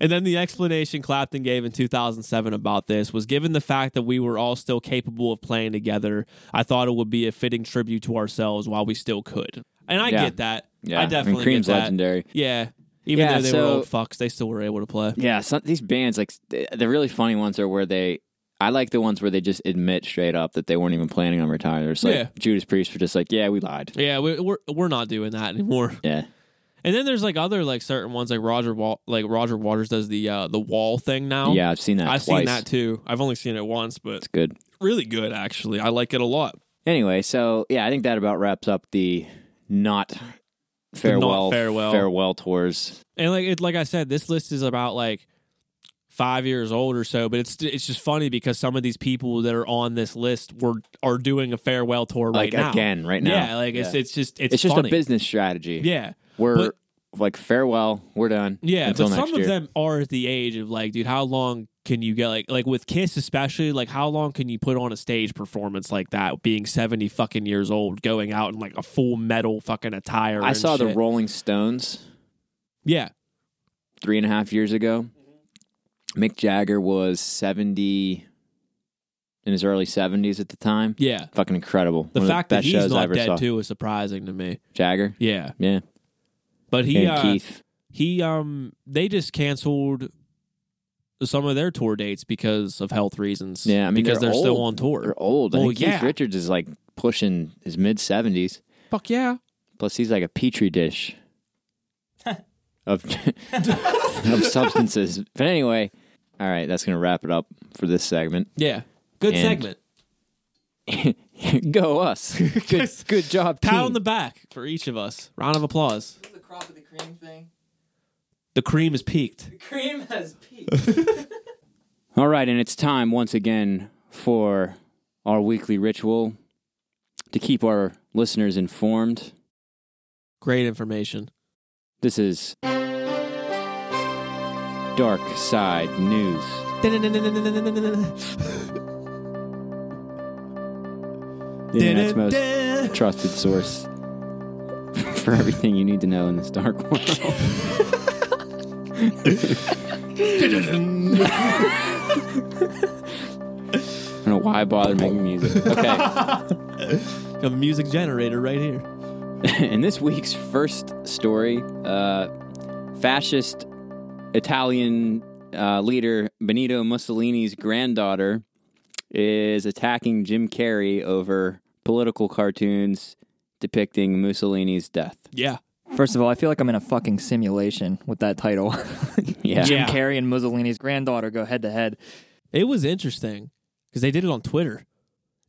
And then the explanation Clapton gave in 2007 about this was given the fact that we were all still capable of playing together, I thought it would be a fitting tribute to ourselves while we still could. And I
Yeah.
get that.
Yeah,
I
I mean,
definitely
Cream's
get that.
legendary.
Yeah. Even
Yeah,
though they
so-
were old fucks, they still were able to play.
Yeah, some, these bands like th- the really funny ones are where they. I like the ones where they just admit straight up that they weren't even planning on retiring. It's like
Yeah.
Judas Priest were just like, yeah, we lied.
Yeah, we, we're we're not doing that anymore.
Yeah,
And then there's like other like certain ones like Roger Wall, like Roger Waters does the uh, the wall thing now.
yeah, I've seen that.
I've
twice.
seen that too. I've only seen it once, but
It's good.
really good actually. I like it a lot.
Anyway, so yeah, I think that about wraps up the not farewell,
farewell.
farewell tours.
And like it, like I said, this list is about like five years old or so. But it's it's just funny because some of these people that are on this list were are doing a farewell tour right
Like
now.
again, right now.
yeah. Like it's
Yeah.
it's just it's
It's just
funny.
a business strategy.
Yeah,
We're
but-
like farewell. We're done.
yeah.
Until
but
next
some
year.
of them are at the age of like, dude, how long can you get like like with Kiss especially? Like, how long can you put on a stage performance like that? Being seventy fucking years old, going out in like a full metal fucking attire.
I
and
saw the
shit.
Rolling Stones
Yeah,
three and a half years ago. Mick Jagger was seventy in his early seventies at the time.
yeah.
Fucking incredible.
The
One of
fact that
best
he's
shows I
not
ever
dead
saw.
too is surprising to me.
Jagger.
Yeah,
Yeah.
but he
and
uh,
Keith.
he um they just canceled some of their tour dates because of health reasons.
Yeah, I mean,
because
they're
they're, still on
old.
tour.
They're old. I
Well,
think Keith
yeah.
Richards is like pushing his mid seventies.
Fuck yeah.
Plus, he's like a petri dish of of substances. But anyway, all right, that's gonna wrap it up for this segment.
Yeah. Good
And-
segment.
Go us! Good, good job,
Pat
team.
on the back for each of us. Round of applause.
the crop of the cream thing.
The cream is peaked.
The cream has peaked.
All right, and it's time once again for our weekly ritual to keep our listeners informed.
Great information.
This is Dark Side News. The internet's most trusted source for everything you need to know in this dark world. I don't know why I bother making music. Okay.
A music generator right here.
In this week's first story, uh, fascist Italian uh, leader Benito Mussolini's granddaughter is attacking Jim Carrey over political cartoons depicting Mussolini's death.
Yeah.
First of all, I feel like I'm in a fucking simulation with that title.
Yeah.
Jim
Yeah.
Carrey and Mussolini's granddaughter go head to head.
It was interesting because they did it on Twitter.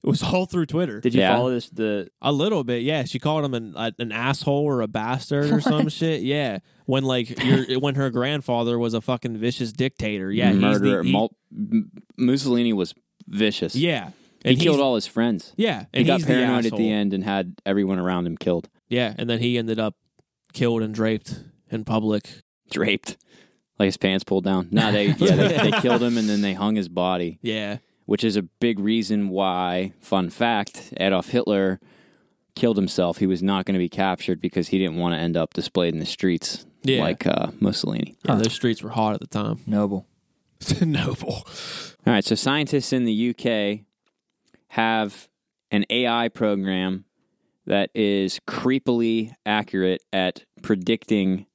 It was all through Twitter.
Did you
Yeah.
follow this? The
A little bit, yeah. She called him an a, an asshole or a bastard or some shit. Yeah, when like your when her grandfather was a fucking vicious dictator. Yeah, He's the,
murderer.
he-
mul- M- Mussolini was vicious.
yeah, and
he
he's-
killed all his friends.
Yeah,
He
and
got
he's
paranoid
the
at the
asshole.
end and had everyone around him killed,
Yeah, and then he ended up killed and draped in public.
draped, like his pants pulled down. No, they yeah they, they killed him and then they hung his body.
Yeah,
which is a big reason why, fun fact, Adolf Hitler killed himself. He was not going to be captured because he didn't want to end up displayed in the streets
Yeah.
like uh, Mussolini.
yeah. Those streets were hot at the time.
noble.
Noble.
All right, so scientists in the UK have an AI program that is creepily accurate at predicting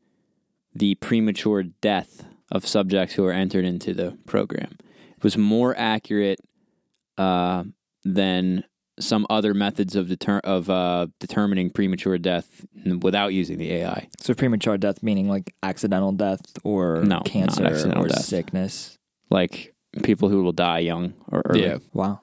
the premature death of subjects who are entered into the program. It was more accurate uh, than some other methods of deter- of uh, determining premature death without using the AI.
So premature death meaning like accidental death or
No, not
cancer
accidental
or
death.
sickness.
Like people who will die young or early.
Yeah.
Wow.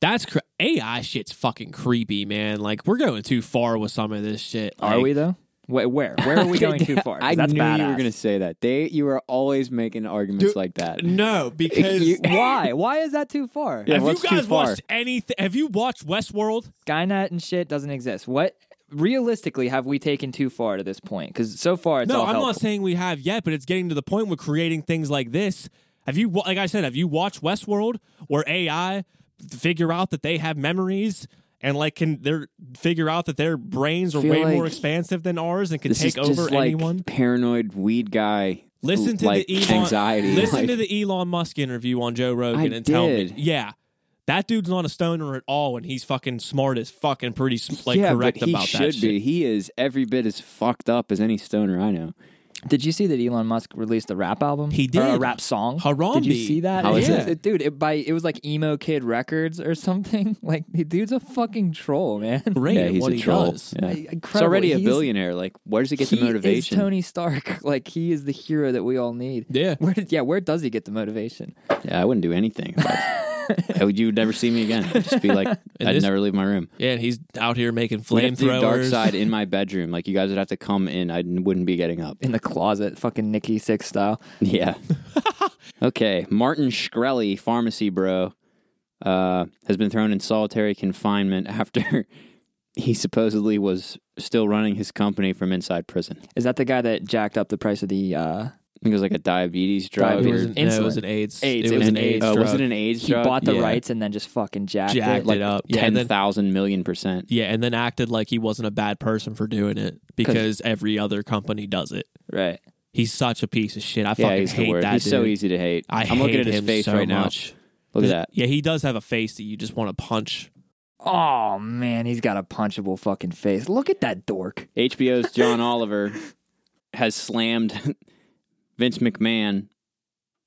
That's cr- AI shit's fucking creepy, man. Like we're going too far with some of this shit.
Are
Like,
we though? Wait, where? Where are we going too far? 'Cause
I
that's
knew
badass.
you were going to say that. They, you are always making arguments like that.
No, because
You-
Why? Why is that too far?
Yeah,
have you
what's too
guys
far?
watched anything? Have you watched Westworld?
Skynet and shit doesn't exist. What realistically have we taken too far to this point? Because so far it's
No,
all
I'm
helpful.
not saying we have yet, but it's getting to the point where creating things like this. Have you, wa- like I said, have you watched Westworld, where AI figure out that they have memories and like can they are figure out that their brains are
Feel
way more
like
expansive than ours and can
This
take
is just
over
like
anyone?
paranoid weed guy.
Listen to
like,
the Elon,
anxiety.
listen
like,
to the Elon Musk interview on Joe Rogan
I
and tell me,
did.
yeah, that dude's not a stoner at all, and he's fucking smart as fucking pretty sm- like
yeah,
correct
but he
about
should
that.
be.
shit.
He is every bit as fucked up as any stoner I know.
Did you see that Elon Musk released a rap album?
He
Or a
did.
rap song.
Harambe.
Did you see that?
How is
It's-
it?
it- dude? It, by it was like emo kid records or something. Like the dude's a fucking troll, man.
Great
Yeah,
at
he's
what
a
he
troll.
does.
Yeah.
Incredible.
He's already a
He's-
billionaire. Like, where does he get
He
the motivation?
Is Tony Stark. Like he is the hero that we all need.
Yeah.
Where did, yeah, where does he get the motivation?
yeah, I wouldn't do anything. if I was I would- you would never see me again. I'd just be like, I'd
this-
never leave my room.
Yeah, and he's out here making
We'd have to do
flamethrowers.
Dark Side in my bedroom. Like you guys would have to come in. I wouldn't be getting up.
in the closet, fucking Nikki Six style.
Yeah. okay. Martin Shkreli, pharmacy bro, uh, has been thrown in solitary confinement after he supposedly was still running his company from inside prison. I
Is that the guy that jacked up the price of the? uh
think it was like a diabetes drug.
It was
or
Diabetes.
an, no, it was
Insulin.
an AIDS.
AIDS,
It was an AIDS.
oh,
drug.
was it an AIDS
He
drug?
bought the
yeah.
rights and then just fucking jacked,
Jacked
it.
it up. Yeah, and
Ten
then,
thousand million percent.
yeah, and then acted like he wasn't a bad person for doing it because every other company does it.
Right.
He's such a piece of shit. I
Yeah,
fucking
he's the
hate
worst.
that.
He's so
dude.
easy to hate.
I
am looking
hate
at his
him
face
so
right
much.
now. Look at that.
Yeah, he does have a face that you just want to punch.
Oh man, he's got a punchable fucking face. Look at that dork.
HBO's John Oliver has slammed Vince McMahon,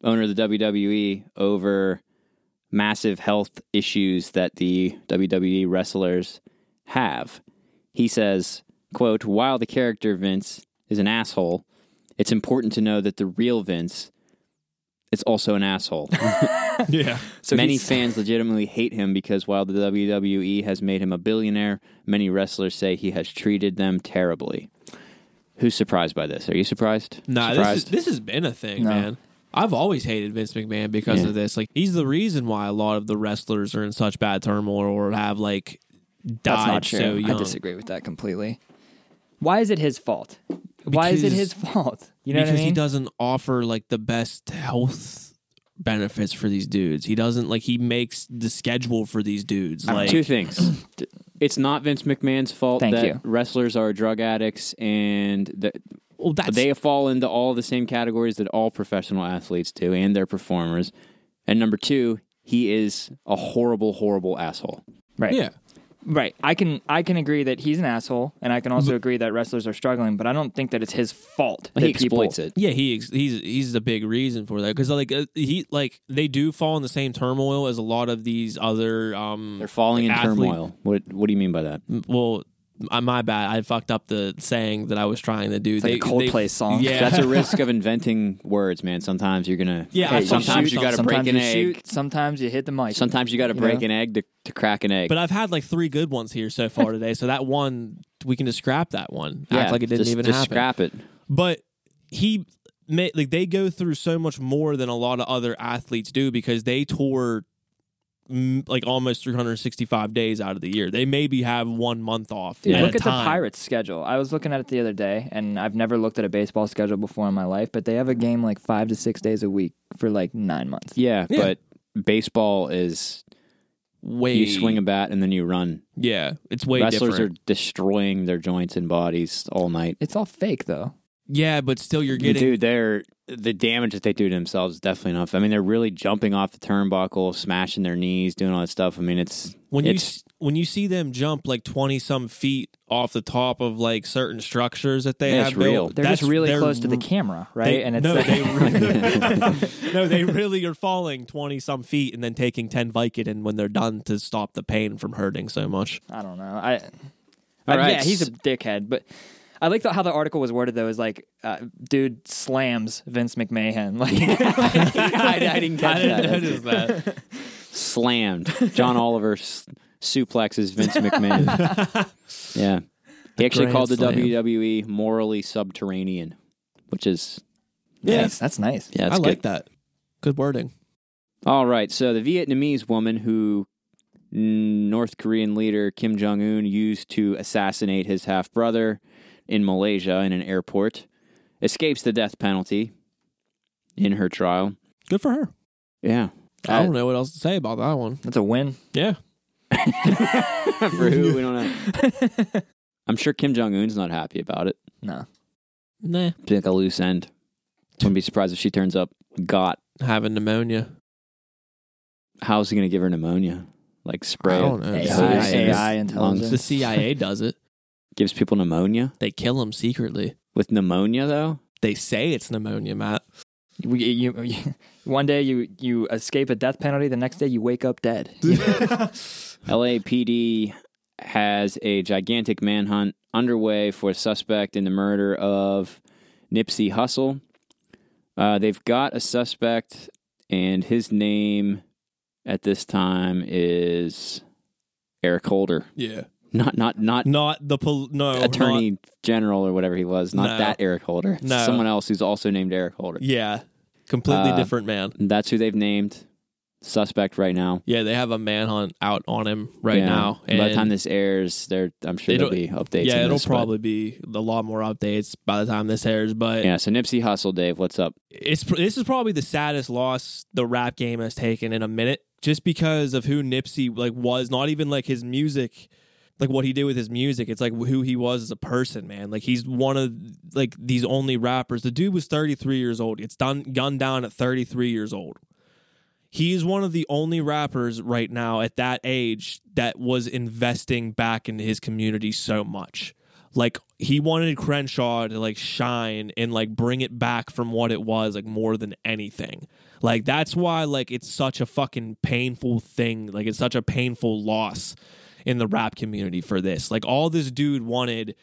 owner of the WWE, over massive health issues that the WWE wrestlers have. He says, quote, while the character Vince is an asshole, it's important to know that the real Vince is also an asshole.
Yeah.
many fans legitimately hate him because while the WWE has made him a billionaire, many wrestlers say he has treated them terribly. Who's surprised by this? Are you surprised?
Nah, this, is,
surprised?
this has been a thing,
No.
man. I've always hated Vince McMahon because
Yeah.
of this. Like, he's the reason why a lot of the wrestlers are in such bad turmoil or have like died
That's not true.
so young.
I disagree with that completely. Why is it his fault? Why is it
Because-
his fault? You know
because
what I mean?
he doesn't offer like the best health benefits for these dudes. He doesn't like he makes the schedule for these dudes. Like
Two things. It's not Vince McMahon's fault
Thank
that
you.
wrestlers are drug addicts and that
well, that's
they fall into all the same categories that all professional athletes do and their performers. And number two, he is a horrible, horrible asshole.
right.
yeah.
Right. I can I can agree that he's an asshole, and I can also agree that wrestlers are struggling, but I don't think that it's his fault.
He
that people-
exploits it.
Yeah, he ex- he's he's the big reason for that because like uh, he like they do fall in the same turmoil as a lot of these other um
They're falling in
athlete-
turmoil. What What do you mean by that?
m- well uh, my bad I fucked up the saying that I was trying to do.
like a Coldplay song.
Yeah,
That's a risk of inventing words, man. Sometimes you're gonna.
Yeah, I fucking
sometimes
shoot
you gotta
something.
break
Sometimes
an
you
egg.
shoot, sometimes you hit the mic.
Sometimes you gotta
You
break
know?
an egg to, to crack an egg.
but I've had like three good ones here so far today. So that one we can just scrap that one.
yeah,
Act like it didn't
just,
even
just
happen.
scrap it.
but he ma- like they go through so much more than a lot of other athletes do because they tour mm, like almost 365 days out of the year. They maybe have one month off.
Dude,
at
look
a
at the
time.
Pirates schedule. I was looking at it the other day, and I've never looked at a baseball schedule before in my life, but they have a game like five to six days a week for like nine months.
Yeah,
Yeah.
but baseball is
Way
you swing a bat and then you run.
Yeah, it's way
Wrestlers
different.
are destroying their joints and bodies all night.
It's all fake though.
yeah, but still you're getting
Dude, they're the damage that they do to themselves is definitely enough. I mean, they're really jumping off the turnbuckle, smashing their knees, doing all that stuff. I mean, it's
when you
it's
s- when you see them jump like 20 some feet off the top of like certain structures that they
Yeah, it's
have built.
real.
They're
that's-
just really
they're
close to the
r-
camera, right?
They,
and it's
no,
like,
they re- no, they really are falling twenty some feet and then taking ten Vicodin when they're done to stop the pain from hurting so much.
I don't know. I,
All
I-
right.
yeah, he's a dickhead, but I like the, how the article was worded though. Is like, uh, dude slams Vince McMahon. Like,
I, I didn't catch that.
notice that.
slammed. John Oliver s- suplexes Vince McMahon. yeah. He actually
grand
called the
slam.
WWE morally subterranean, which is
nice. That's nice.
yeah,
I
it's
like
good.
that. Good wording.
All right, so the Vietnamese woman who North Korean leader Kim Jong Un used to assassinate his half brother in Malaysia in an airport escapes the death penalty in her trial.
Good for her.
Yeah.
I don't know what else to say about that one.
That's a win.
Yeah.
For who we don't know. I'm sure Kim Jong Un's not happy about it.
No,
Nah.
be like a loose end. Wouldn't be surprised if she turns up got.
Having pneumonia.
How's he going to give her pneumonia? Like spray.
I don't
it.
know.
It's
AI,
loose in his
AI intelligence.
lungs.
The CIA does it.
Gives people pneumonia
They kill them secretly.
with pneumonia though.
They say it's pneumonia, Matt.
We- you, you- one day you you escape a death penalty, the next day you wake up dead.
LAPD has a gigantic manhunt underway for a suspect in the murder of Nipsey Hussle. Uh, they've got a suspect, and his name at this time is Eric Holder.
Yeah.
Not not not
Not the pol- no
attorney
not-
general or whatever he was. Not
No.
that Eric Holder. It's
No.
Someone else who's also named Eric Holder.
yeah, completely
Uh,
different man.
That's who they've named suspect right now.
Yeah, they have a manhunt out on him right
Yeah.
now. And
By the time this airs, there I'm sure
It'll-
there'll be updates.
yeah,
on
it'll
this, but-
probably be a lot more updates by the time this airs. But
yeah. So Nipsey Hustle, Dave, what's up?
it's pr- this is probably the saddest loss the rap game has taken in a minute, just because of who Nipsey like was. Not even like his music, like what he did with his music. It's like who he was as a person, man. Like he's one of like these only rappers. The dude was 33 years old. It's done gunned down at 33 years old. He is one of the only rappers right now at that age that was investing back into his community so much like he wanted Crenshaw to like shine and like bring it back from what it was like more than anything. Like that's why like it's such a fucking painful thing. Like it's such a painful loss in the rap community for this. Like all this dude wanted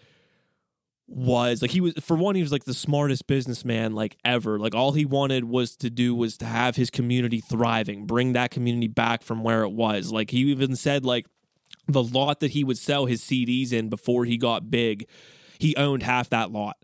was like he was for one he was like the smartest businessman like ever. Like all he wanted was to do was to have his community thriving, bring that community back from where it was. Like he even said like the lot that he would sell his CDs in before he got big, he owned half that lot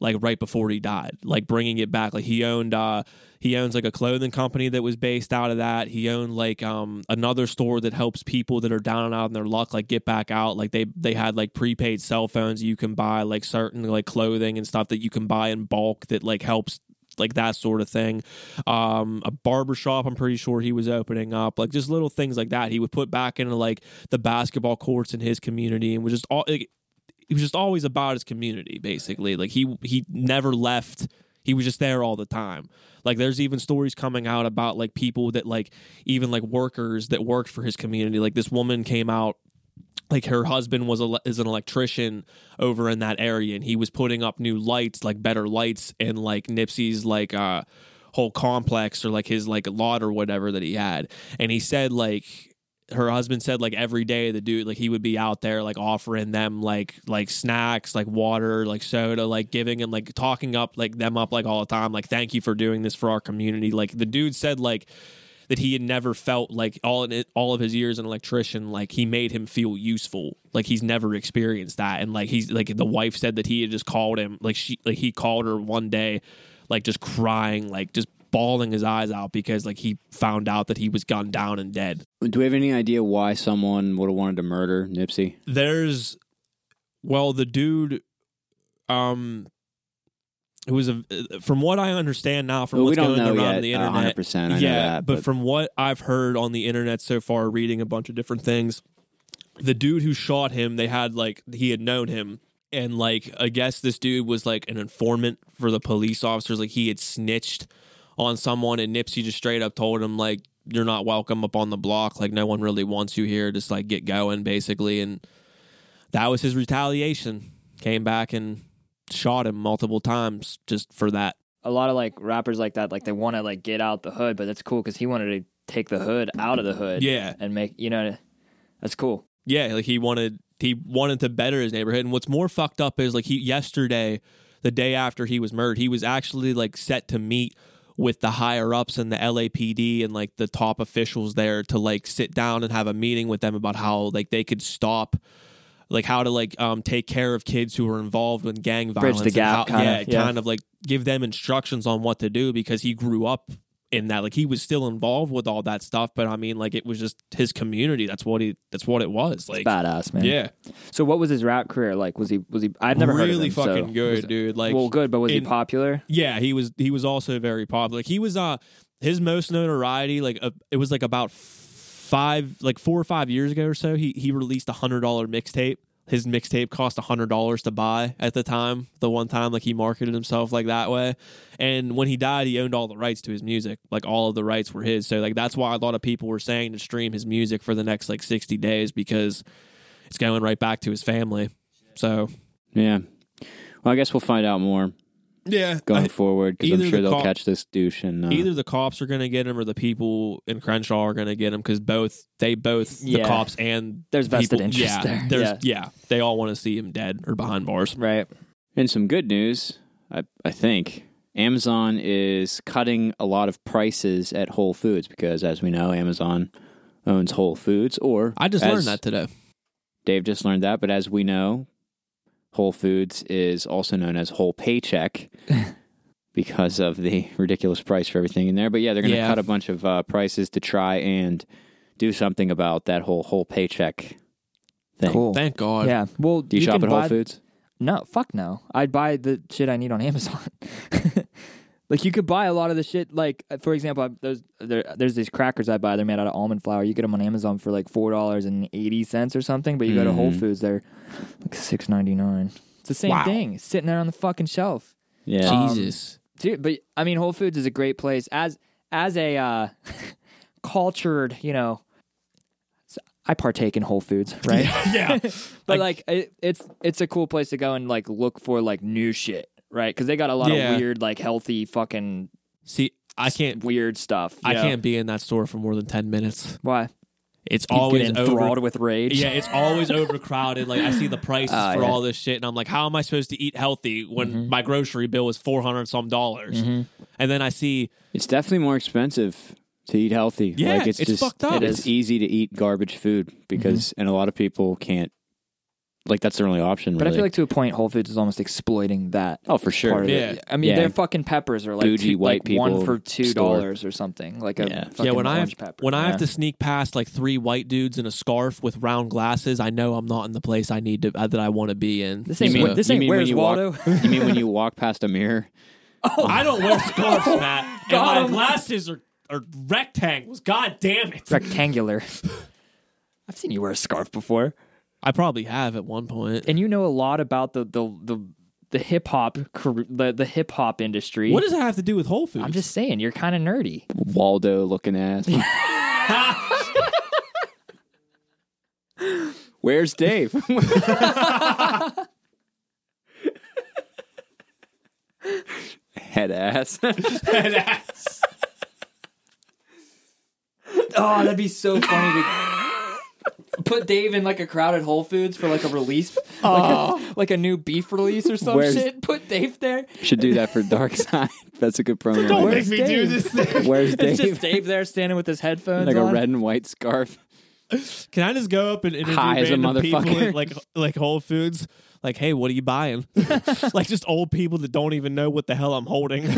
like right before he died like bringing it back like he owned uh he owns like a clothing company that was based out of that he owned like um another store that helps people that are down and out in their luck like get back out like they they had like prepaid cell phones you can buy like certain like clothing and stuff that you can buy in bulk that like helps like that sort of thing um a barber shop i'm pretty sure he was opening up like just little things like that he would put back into like the basketball courts in his community and was just all like, he was just always about his community basically like he he never left he was just there all the time like there's even stories coming out about like people that like even like workers that worked for his community like this woman came out like her husband was a, is an electrician over in that area and he was putting up new lights like better lights in like Nipsey's like uh whole complex or like his like lot or whatever that he had and he said like her husband said like every day the dude like he would be out there like offering them like like snacks like water like soda like giving and like talking up like them up like all the time like thank you for doing this for our community like the dude said like that he had never felt like all in it, all of his years an electrician like he made him feel useful like he's never experienced that and like he's like the wife said that he had just called him like she like he called her one day like just crying like just bawling his eyes out because like he found out that he was gunned down and dead
Do we have any idea why someone would have wanted to murder Nipsey?
there's well the dude um it was a from what i understand now from
Well, we
what's
don't
going around
know yet.
on the
uh,
internet
100%. I
yeah
know that,
but, from what i've heard on the internet so far reading a bunch of different things the dude who shot him they had like he had known him and like i guess this dude was like an informant for the police officers like he had snitched on someone and nipsey just straight up told him like you're not welcome up on the block like no one really wants you here just like get going basically and that was his retaliation. Came back and shot him multiple times just for that.
a lot of like rappers like that, like they want to like get out the hood, but that's cool because he wanted to take the hood out of the hood.
Yeah.
and make you know, that's cool.
Yeah, like he wanted he wanted to better his neighborhood. And what's more fucked up is like he yesterday, the day after he was murdered, he was actually like set to meet with the higher ups and the LAPD and like the top officials there to like sit down and have a meeting with them about how like they could stop like how to like um take care of kids who are involved in gang
Bridge
violence
the
and
gap,
how-
kinda,
yeah,
yeah.
kind of like give them instructions on what to do because he grew up in that like he was still involved with all that stuff but i mean like it was just his community that's what he that's what it was like
Badass man.
yeah
So what was his rap career like? Was he was he? I've never heard of
really
him, so-
fucking good
was-
dude like
well, good, but was
in-
he popular?
yeah he was he was also very popular he was uh his most notoriety like uh, it was like about five like four or five years ago or so he he released a hundred dollar mixtape his mixtape cost a hundred dollars to buy at the time the one time like he marketed himself like that way and when he died he owned all the rights to his music like all of the rights were his so like that's why a lot of people were saying to stream his music for the next like 60 days because it's going right back to his family so
yeah. Well, I guess we'll find out more
yeah
going forward because
either
I'm sure
the
they'll
cop-
catch this douche and uh,
Uh-huh.
either the cops are going to get him or the people in Crenshaw are going to get him because both they both the
Yeah.
cops and
There's vested
people,
interest
yeah,
there.
There's, yeah. they all want to see him dead or behind bars.
Right.
And some good news, I, I think. Amazon is cutting a lot of prices at Whole Foods because, as we know, Amazon owns Whole Foods, or
I just
as
learned that today.
Dave just learned that, but as we know, Whole Foods is also known as Whole Paycheck because of the ridiculous price for everything in there. But yeah, they're going to
Yeah.
cut a bunch of uh, prices to try and do something about that whole Whole Paycheck thing.
Cool.
Thank God.
Yeah. Well,
Do you, shop
can
at Whole
buy-
Foods?
No, fuck no. I'd buy the shit I need on Amazon. like you could buy a lot of the shit. Like uh, for example, I, there's there, there's these crackers I buy. They're made out of almond flour. You get them on Amazon for like four dollars and eighty cents or something. But you go to Whole
Mhm.
Foods, they're like six ninety nine. It's the same
Mm-hmm. Wow.
thing, sitting there on the fucking shelf.
Yeah.
Uh,
Jesus.
Dude, but I mean, Whole Foods is a great place as as a uh, cultured, you know. s- I partake in Whole Foods, right?
Yeah.
but like, it, it's it's a cool place to go and like look for like new shit, right? Because they got a lot
Yeah.
of weird, like healthy, fucking
See, I can't.
weird stuff.
I
Yeah.
can't be in that store for more than ten minutes.
Why?
It's
You
always
get enthralled
over.
with rage.
Yeah, it's always overcrowded. Like I see the prices
Oh,
Ah,
for
yeah.
all this shit, and I'm like, how am I supposed to eat healthy when
Mm-hmm.
my grocery bill is four hundred some dollars? And then I see,
It's definitely more expensive to eat healthy.
Yeah,
like it's,
it's
just,
fucked up.
It is easy to eat garbage food because,
Mm-hmm.
and a lot of people can't. Like that's their only option.
But I
really.
feel like to a point, Whole Foods is almost exploiting that.
oh for sure,
Part of
Yeah.
it. I mean,
Yeah.
their fucking peppers are like,
Bougie
two-
white
like one
people
for two
store.
dollars or something. Like a
Yeah. Yeah,
fucking
yeah, when I
orange
have,
pepper.
when I
Yeah.
have to sneak past like three white dudes in a scarf with round glasses, I know I'm not in the place I need to uh, that I want to be in.
This
You
ain't,
mean-
where- this
you
ain't
mean when
Where's
you
Waldo.
walk- you mean when you walk past a mirror?
I don't wear scarves, Matt, and
Got
my
him.
glasses are are rectangles. God damn it!
rectangular. I've seen you wear a scarf before,
I probably have at one point.
and you know a lot about the the the, the hip hop car- the the hip hop industry.
What does that have to do with Whole Foods?
I'm just saying, you're kind of nerdy.
Waldo looking ass. Where's Dave? Head ass.
Oh, that'd be so funny to put Dave in like a crowded Whole Foods for like a release, like, a, like a new beef release or some
Where's-
shit. Put Dave there.
Should do that for Dark Side. That's a good promo.
Where's Dave?
Where's
It's
Dave?
just Dave there standing with his headphones
like a
on.
red and white scarf.
Can I just go up and interview
High as a
random people
motherfucker.
at, like like Whole Foods? Like, hey, what are you buying? like just old people that don't even know what the hell I'm holding.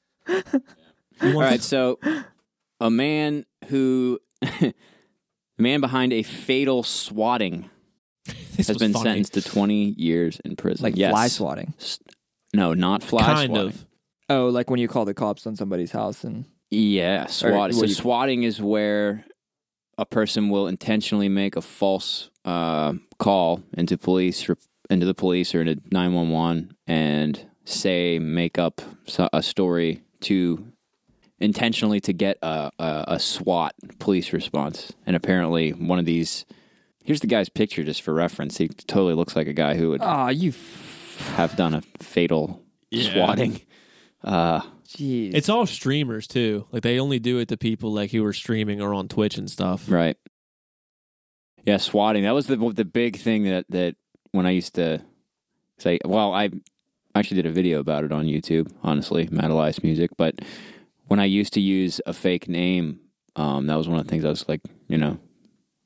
All right, so a man who, a man behind a fatal swatting
this
has
was
been
funny.
sentenced to 20 years in prison.
like
yes.
fly swatting.
No, not fly
Kind
swatting.
of.
Oh, like when you call the cops on somebody's house and
Yeah, swat. So
what you-
swatting is where a person will intentionally make a false uh, call into police, rep- into the police or into nine one one, and say make up so- a story to intentionally to get a, a a SWAT police response. And apparently, one of these. Here's the guy's picture, just for reference. He totally looks like a guy who would
oh, you
have done a fatal
Yeah.
swatting. Uh,
jeez.
It's all streamers too. Like they only do it to people like who are streaming or on Twitch and stuff.
Right. Yeah, swatting. That was the the big thing that that when I used to say, well, I actually did a video about it on YouTube. Honestly, Madelize Music, but when I used to use a fake name, um, that was one of the things I was like, you know,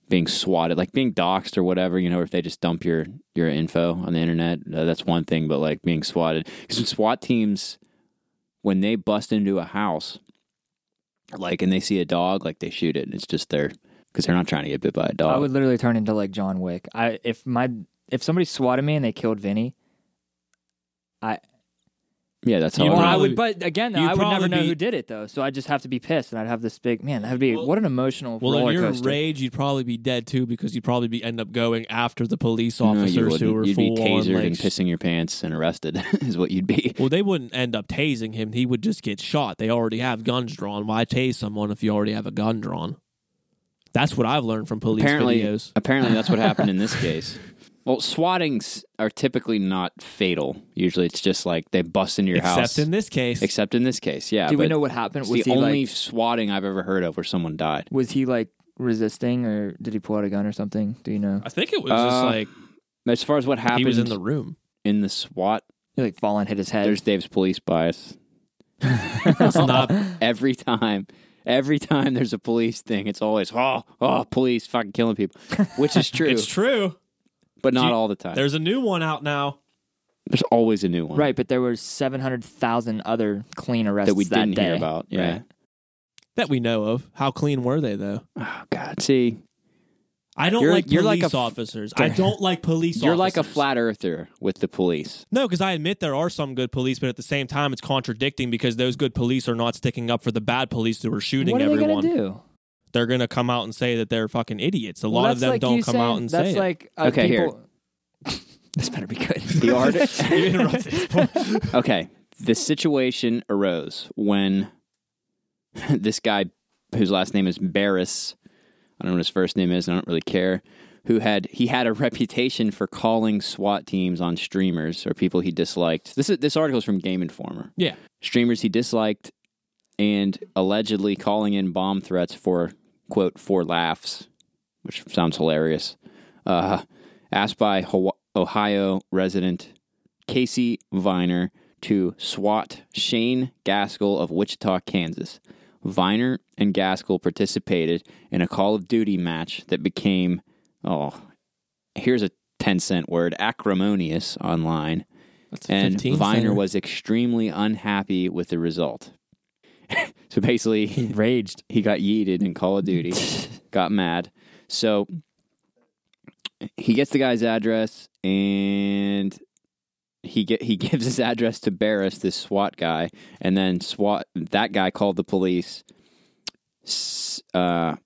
being swatted, like being doxxed or whatever. You know, or if they just dump your your info on the internet, uh, that's one thing. But like being swatted, because SWAT teams, when they bust into a house, like and they see a dog, like they shoot it. It's just their because they're not trying to get bit by a
Oh.
dog.
I would literally turn into like John Wick. I if my if somebody swatted me and they killed Vinny,
yeah, that's how.
You
I
well,
would-
I
probably-
would. But again, though,
Oh, you'd
I would never
probably
know
be-
who did it though, so I'd just have to be pissed, and I'd have this big man. That'd be
Well-
what an emotional
Well, in
roller
your
coaster.
rage, you'd probably be dead too because you'd probably be end up going after the police
No, you
officers
wouldn't.
who were
You'd be
full on
tasered
like.
and pissing your pants and arrested is what you'd be.
well, they wouldn't end up tasing him. He would just get shot. They already have guns drawn. Why tase someone if you already have a gun drawn? That's what I've learned from police
apparently,
videos.
Apparently, that's what happened in this case. Well, swattings are typically not fatal. Usually, it's just like they bust into your house.
Except in this case,
except in this case, yeah.
Do we
but
know what happened?
It's
Was
the
he
only
like?
swatting I've ever heard of where someone died.
Was he like resisting, or did he pull out a gun or something? Do you know?
I think it was just
Uh,
like
As far as what happened
he was in the room.
in the SWAT,
He like fall and hit his head.
there's Dave's police bias
It's not
every time. Every time there's a police thing, it's always oh oh police fucking killing people, which is true,
It's true.
but not
you-
all the time. There's,
There's a new one out now.
always a new one,
Right, but there were 700,000 other clean arrests
That we didn't
day.
hear about. Yeah.
Right.
that we know of. How clean were they though?
Oh God, see,
I don't
You're-
like
you're like
police
a f-
officers. I don't like police
you're
officers.
like a flat earther with the police.
No, because I admit there are some good police, but at the same time, it's contradicting because those good police are not sticking up for the bad police who are shooting
What are they
everyone.
going to do?
They're going to come out and say that they're fucking idiots. A
Well,
lot of
that's
them
like
don't
you
come
saying-
out and
that's
say
like, uh,
Okay, here.
people... this better be good.
The artist.
it. You interrupted this point.
Okay. The situation arose when this guy, whose last name is Barris, I don't know what his first name is, and I don't really care, who had he had a reputation for calling SWAT teams on streamers or people he disliked. This is this article is from Game Informer.
yeah.
Streamers he disliked and allegedly calling in bomb threats for quote for laughs, which sounds hilarious. Uh, asked by Haw- Ohio resident Casey Viner to SWAT Shane Gaskell of Wichita, Kansas. Viner and Gaskell participated in a Call of Duty match that became, oh, here's a 10 cent word, acrimonious online.
That's a
And
15
Viner
center.
was extremely unhappy with the result. so basically,
Enraged.
he got yeeted in Call of Duty, got mad. So he gets the guy's address and he get he gives his address to Barris, this SWAT guy, and then SWAT that guy called the police. s- Uh,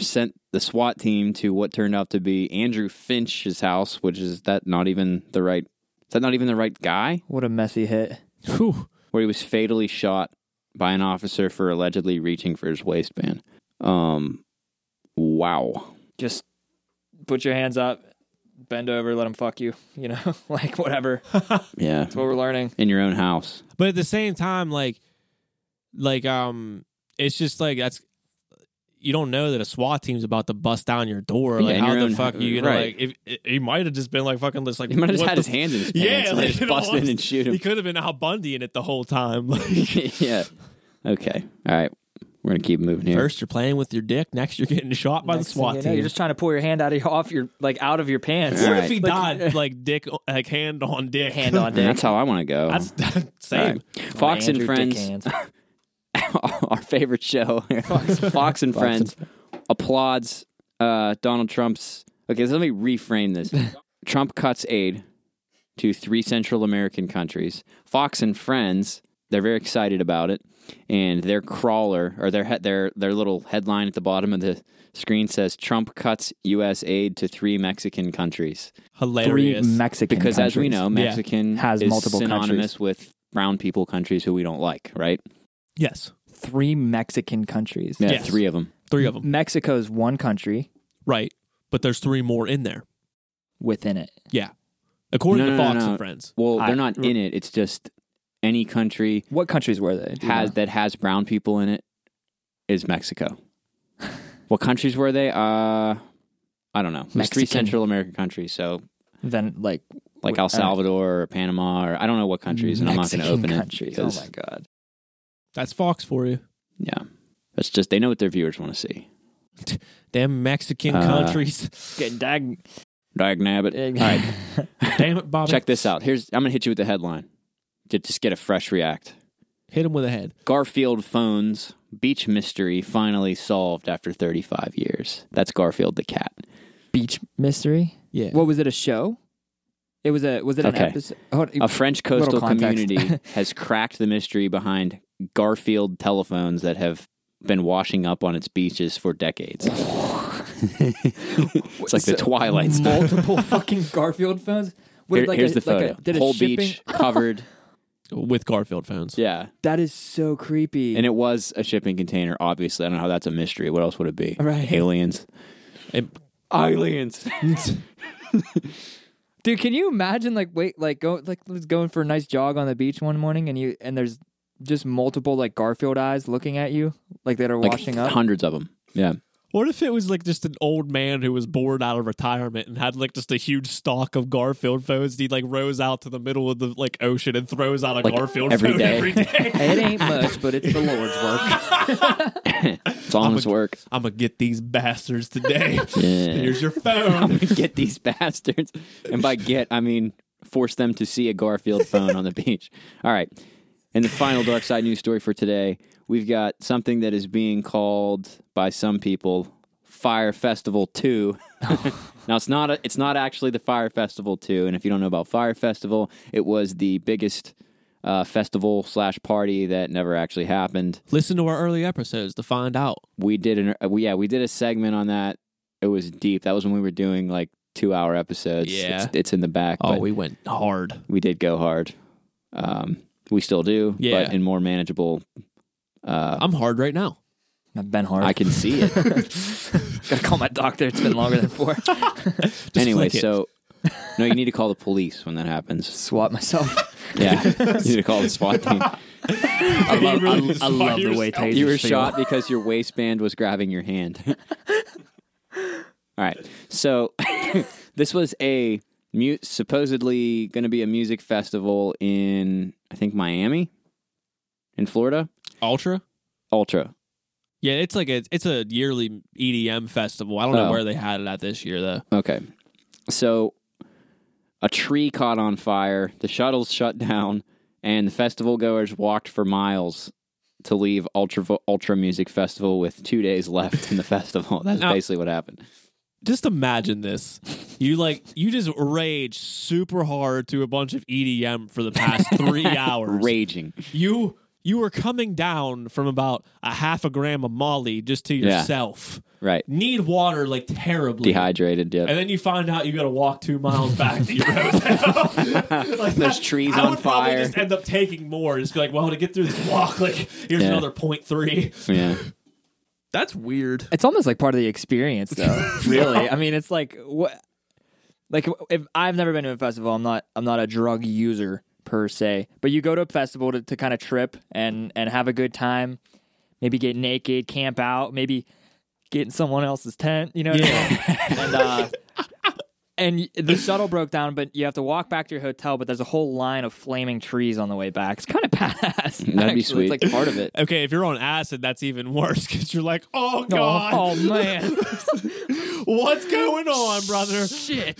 sent the SWAT team to what turned out to be Andrew Finch's house, which is that not even the right is that not even the right guy?
What a messy hit.
Whew.
where he was fatally shot by an officer for allegedly reaching for his waistband. Um, wow.
Just put your hands up, bend over, let them fuck you. You know, like whatever.
Yeah.
That's what we're learning.
In your own house.
But at the same time, like, like, um, it's just like that's you don't know that a SWAT team's about to bust down your door.
Yeah,
Like,
in
how
your
the
own
fuck
hou-
you gonna
right.
like? If, he might have just been like fucking just like
He might have just
what
had
the
his hands in his
Yeah,
pants and
like,
they just
you know,
bust in and shoot
f- He
him.
could have been Al Bundy in it the whole time. Like,
yeah. Okay. All right. We're going to keep moving here.
first you're playing with your dick, next you're getting shot by
Next
the
thing
SWAT
you know,
team.
You're just trying to pull your hand out of your off your like out of your pants.
All
what
right.
if he
Like-
died like dick, like hand on dick,
Hand on
And
dick.
That's how I want to go.
That's
All
same.
right. Fox and
Andrew Dick
Friends,
hands.
our favorite show, Fox and Friends, applauds uh, Donald Trump's. Okay, so let me reframe this. Trump cuts aid to three Central American countries. Fox and Friends, they're very excited about it, and their crawler or their he- their their little headline at the bottom of the screen says Trump cuts U.S. aid to three Mexican countries
Three
Hilarious.
Mexican
because, as we
countries.
know,
Yeah.
Mexican
Has
is
multiple
synonymous with brown people countries who we don't like, right?
yes,
three Mexican countries.
Yeah,
Yes.
three of them.
three of them.
Mexico is one country
Right, but there's three more in there.
within it.
According
No,
to
no, no,
Fox
no.
and Friends.
Well,
I-
they're not in it. It's just any country
What countries were they? Do you
has
know?
that has brown people in it is Mexico. what countries were they? Uh, I don't know. It was three
Mexican.
Central American countries, so
then like
like
Wait,
El
uh,
Salvador or Panama or I don't know what countries, and I'm not going to
Mexican
open
countries.
it.
Oh
'cause-
my god.
That's Fox for you.
Yeah, that's just they know what their viewers want to see.
Damn Mexican
Uh,
countries.
Getting dag.
Dag nabbit. All right,
Damn it, Bobby.
check this out. Here's I'm going to hit you with the headline. Ju- Just get a fresh react.
Hit him with a head.
Garfield phones beach mystery finally solved after 35 years. That's Garfield the cat.
Beach mystery.
Yeah.
What was it? A show? It was a. Was it an
Okay.
episode? Hold-
A French coastal
context.
community has cracked the mystery behind Garfield telephones that have been washing up on its beaches for decades. Oh, it's like the
So-
Twilight Zone.
multiple fucking Garfield phones. With
Here-
like
here's
a,
the photo.
Like a, did a
Whole
shipping-
beach covered.
With Garfield phones.
yeah.
That is so creepy.
And it was a shipping container, obviously. I don't know how that's a mystery. What else would it be?
Right.
Aliens.
It-
Aliens.
Dude, can you imagine like wait like go like was going for a nice jog on the beach one morning and you and there's just multiple like Garfield eyes looking at you like that are
like
washing up.
hundreds of them. Yeah.
What if it was like just an old man who was bored out of retirement and had like just a huge stock of Garfield phones? He like rows out to the middle of the like ocean and throws out a
Like,
Garfield
every
phone
day.
every day.
It ain't much, but it's the Lord's work.
It's all his work.
I'm gonna get these bastards today.
Yeah.
Here's your phone.
get these bastards. And by get, I mean force them to see a Garfield phone on the beach. All right. And the final Dark Side news story for today we've got something that is being called by some people Fire Festival 2. now it's not a, it's not actually the Fire Festival 2 and if you don't know about Fire Festival it was the biggest uh, festival slash party that never actually happened
Listen to our early episodes to find out.
we did an uh, we- yeah we did a segment on that it was deep that was when we were doing like two hour episodes
Yeah.
it's, it's in the back
Oh,
but we-,
we went hard.
did go hard um we still do
Yeah.
but in more manageable uh
I'm hard right now.
I've been hard.
i can see it
Gotta call my doctor. It's been longer than four.
Just
anyway
flick it.
so no you need to call the police when that happens
Swap myself.
yeah you need to call the swat team
I love,
really
I- I,
saw
love the way
yourself.
tasers
you were
feel.
shot because your waistband was grabbing your hand. All right. So this was a mu- supposedly going to be a music festival in I think Miami in Florida.
Ultra.
Ultra.
Yeah, it's like a it's a yearly EDM festival. I don't
Oh.
know where they had it at this year though.
Okay. So a tree caught on fire, the shuttles shut down, and the festival goers walked for miles to leave Ultra Ultra Music Festival with 2 days left in the festival. That's
Now-
basically what happened.
Just imagine this. You like you just rage super hard to a bunch of EDM for the past 3 hours.
Raging.
You you were coming down from about a half a gram of Molly just to
Yeah.
yourself.
Right.
Need water like terribly.
Dehydrated, yeah.
And then you find out you got to walk two miles back to your hotel. like
There's trees
I
on
would probably
fire.
Just end up taking more. Just be like, well, to get through this walk, like here's
Yeah.
another point three.
Yeah.
That's weird.
It's almost like part of the experience, though. really, I mean, it's like what, like if I've never been to a festival, I'm not, I'm not a drug user per se. But you go to a festival to, to kind of trip and and have a good time, maybe get naked, camp out, maybe get in someone else's tent. You know, what I mean? and uh, and y- the shuttle broke down, but you have to walk back to your hotel. But there's a whole line of flaming trees on the way back. It's kind of badass.
That'd
actually.
be sweet.
It's like
part of it.
Okay, if you're on acid, that's even worse because you're like, oh
oh,
god,
oh man.
what's going on, brother?
Shit.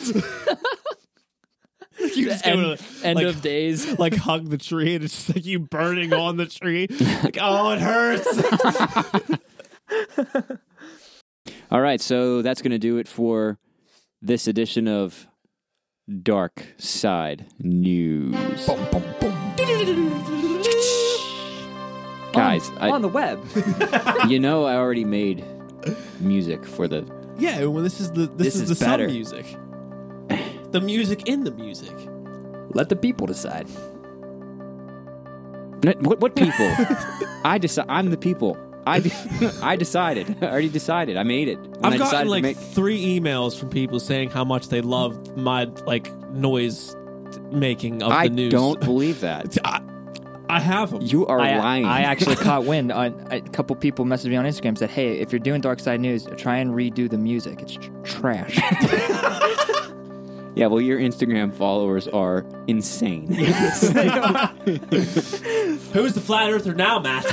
You just
end,
go to,
end
like,
of days.
like hug the tree, and it's just like you burning on the tree. Like, oh, it hurts.
All right, so that's going to do it for this edition of Dark Side News. Guys,
on,
I,
on the web.
you know I already made music for the
yeah, well, this is the
This is
sub
better.
music, the music in the music.
Let the people decide.
N- what what people? I decide I'm the people. I de- I decided. I already decided. I made it. When I
I've
decided
gotten
to
like
make-
three emails from people saying how much they love my like noise making of
I
the news.
don't believe that.
I, I have them.
You are
I,
lying.
I actually caught wind on a couple people messaged me on Instagram said, "Hey, if you're doing Dark Side News, try and redo the music. It's tr- trash."
yeah, well your Instagram followers are insane.
Who's the flat earther now, Matt?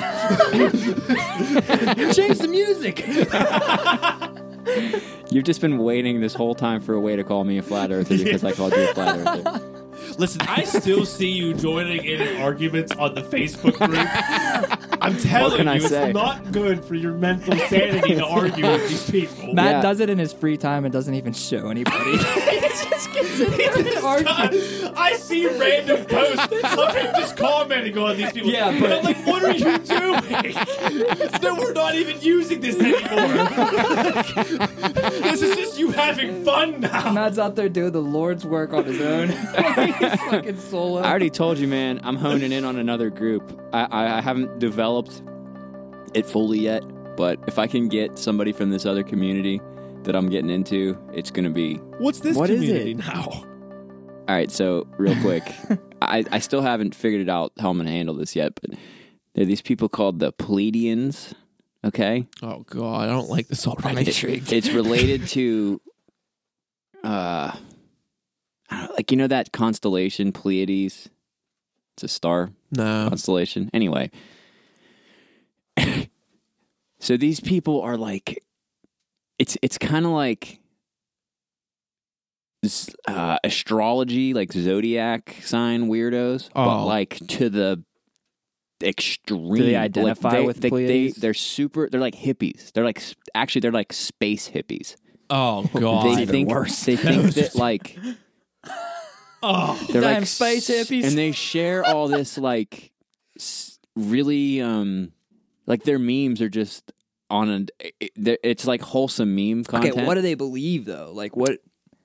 Change the music.
You've just been waiting this whole time for a way to call me a flat earther because I called you a flat earther.
Listen, I still see you joining in, in arguments on the Facebook group. I'm telling
can I
you,
say?
it's not good for your mental sanity to argue with these people.
Matt
Yeah.
does it in his free time and doesn't even show anybody.
I see random posts of him just commenting on these people.
Yeah,
And I'm like, what are you doing? no, we're not even using this anymore. this is just you having fun now.
Matt's out there doing the Lord's work on his own. He's fucking solo.
I already told you, man, I'm honing in on another group. I, I, I haven't developed it fully yet, but if I can get somebody from this other community that I'm getting into, it's going to be.
What's this
What is it?
now?
All right, so real quick, I, I still haven't figured it out how I'm going to handle this yet, but there are these people called the Pleiadians. Okay,
Oh god, I don't like this already.
it's related to, uh, I don't know, like you know that constellation Pleiades. It's a star.
No.
constellation. Anyway, so these people are like, it's it's kind of like z- uh, astrology, like zodiac sign weirdos, but
Oh.
like to the extreme.
Do they
Like,
identify
they,
with
they, they,
Pleiades?
They're super. They're like hippies. They're like s- actually they're like space hippies.
Oh
That's
they
god.
even
think
worse.
they think that like
Oh.
they're
Damn
like
space
s-
hippies.
and they share all this like s- really um like their memes are just on an it- they're- it's like wholesome meme content.
Okay, what do they believe though? Like what?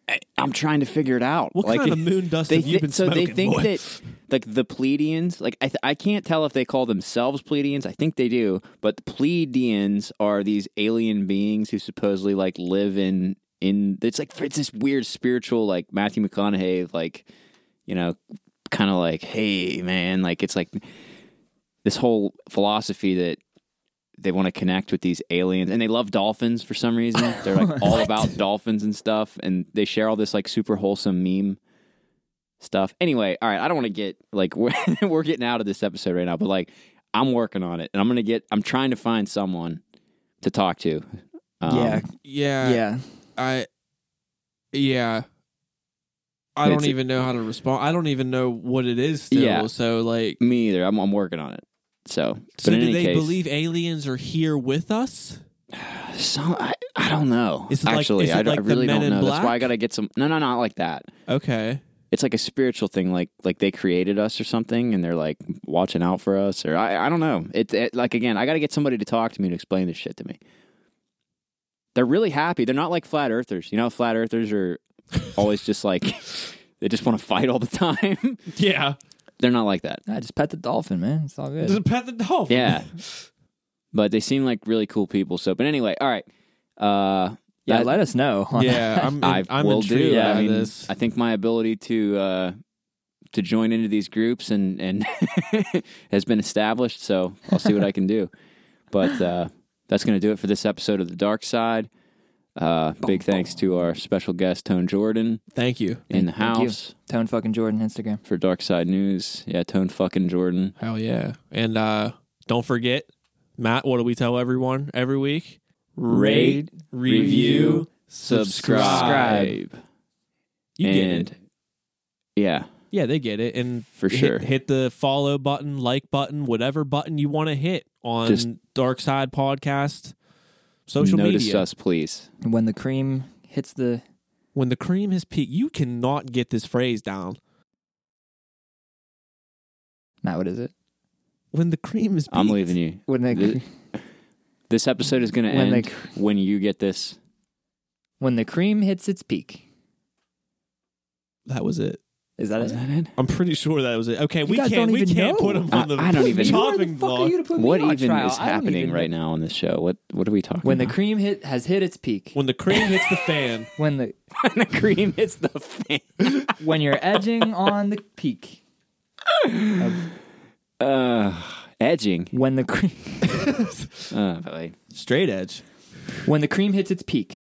I, I'm trying to figure it out.
What
like,
kind of moon dust
they
have you
thi-
been
so
smoking,
they think
boy?
that like the Pleiadians, like I, th- I can't tell if they call themselves Pleiadians. I think they do, but the Pleiadians are these alien beings who supposedly like live in in. It's like it's this weird spiritual like Matthew McConaughey like you know kind of like hey man like it's like this whole philosophy that they want to connect with these aliens and they love dolphins for some reason they're like all about dolphins and stuff and they share all this like super wholesome meme stuff anyway all right i don't want to get like we're, we're getting out of this episode right now but like i'm working on it and i'm gonna get i'm trying to find someone to talk to um,
yeah,
Yeah.
yeah.
I yeah. I
And
don't
it's-
even know how to respond. I don't even know what it is still.
Yeah.
So like
me either i'm, I'm working on it so
so
but in
do
any
they
case
believe aliens are here with us?
some, I, I don't know
Is it like-
actually
is it
I, don't- I
like the
really
Men
don't
in
know that's why i
Black?
gotta get some no no not like that
Okay.
it's like a spiritual thing like like they created us or something and they're like watching out for us or i, I don't know it, it like again i gotta get somebody to talk to me to explain this shit to me they're really happy they're not like flat earthers you know flat earthers are always just like they just want to fight all the time
Yeah.
they're not like that
Nah, just pet the dolphin, man. It's all good.
Does it pet the dolphin?
yeah but they seem like really cool people so but anyway all right uh
yeah,
that-
let us know. on
Yeah. I'm
I
I'm
will
intrigued
do.
by
Yeah, I mean,
this.
I think my ability to uh, to join into these groups and and has been established. So I'll see what I can do. But uh, that's going to do it for this episode of the Dark Side. Uh, big thanks to our special guest Tone Jordan
Thank you.
in the
Thank you.
house
Tone fucking Jordan Instagram.
for Dark Side News. Yeah, Tone fucking Jordan.
Hell yeah. And uh don't forget, Matt, what do we tell everyone every week?
Rate, review,
subscribe.
You get
and
it.
yeah,
Yeah, they get it. And
for
hit,
sure.
hit the follow button, like button, whatever button you want to hit on
Just-
Dark Side Podcast social
Notice
media.
us, please.
And When the cream hits the
When the cream has peaked, you cannot get this phrase down.
Matt, what is it?
When the cream is peaked.
I'm leaving you.
When the
Th- This episode is going to
When
end
the
when you get this.
when the cream hits its peak.
That was it.
Is that
Was
it?
that it?
I'm pretty sure that was it. Okay, we
guys
can't
don't
we
even
can't
know.
put them
I-
on the
I don't even-
Who the
chopping
fuck are
block.
you to put me
What
on
even
trial?
is
I don't
happening
even
right
know.
now on this show? What what are we talking
When the
about?
cream hit has hit its peak.
When the cream hits the fan.
When the
when the cream hits the fan.
when you're edging on the peak.
Uh, edging.
When the cream
Uh, boy.
Straight edge.
when the cream hits its peak.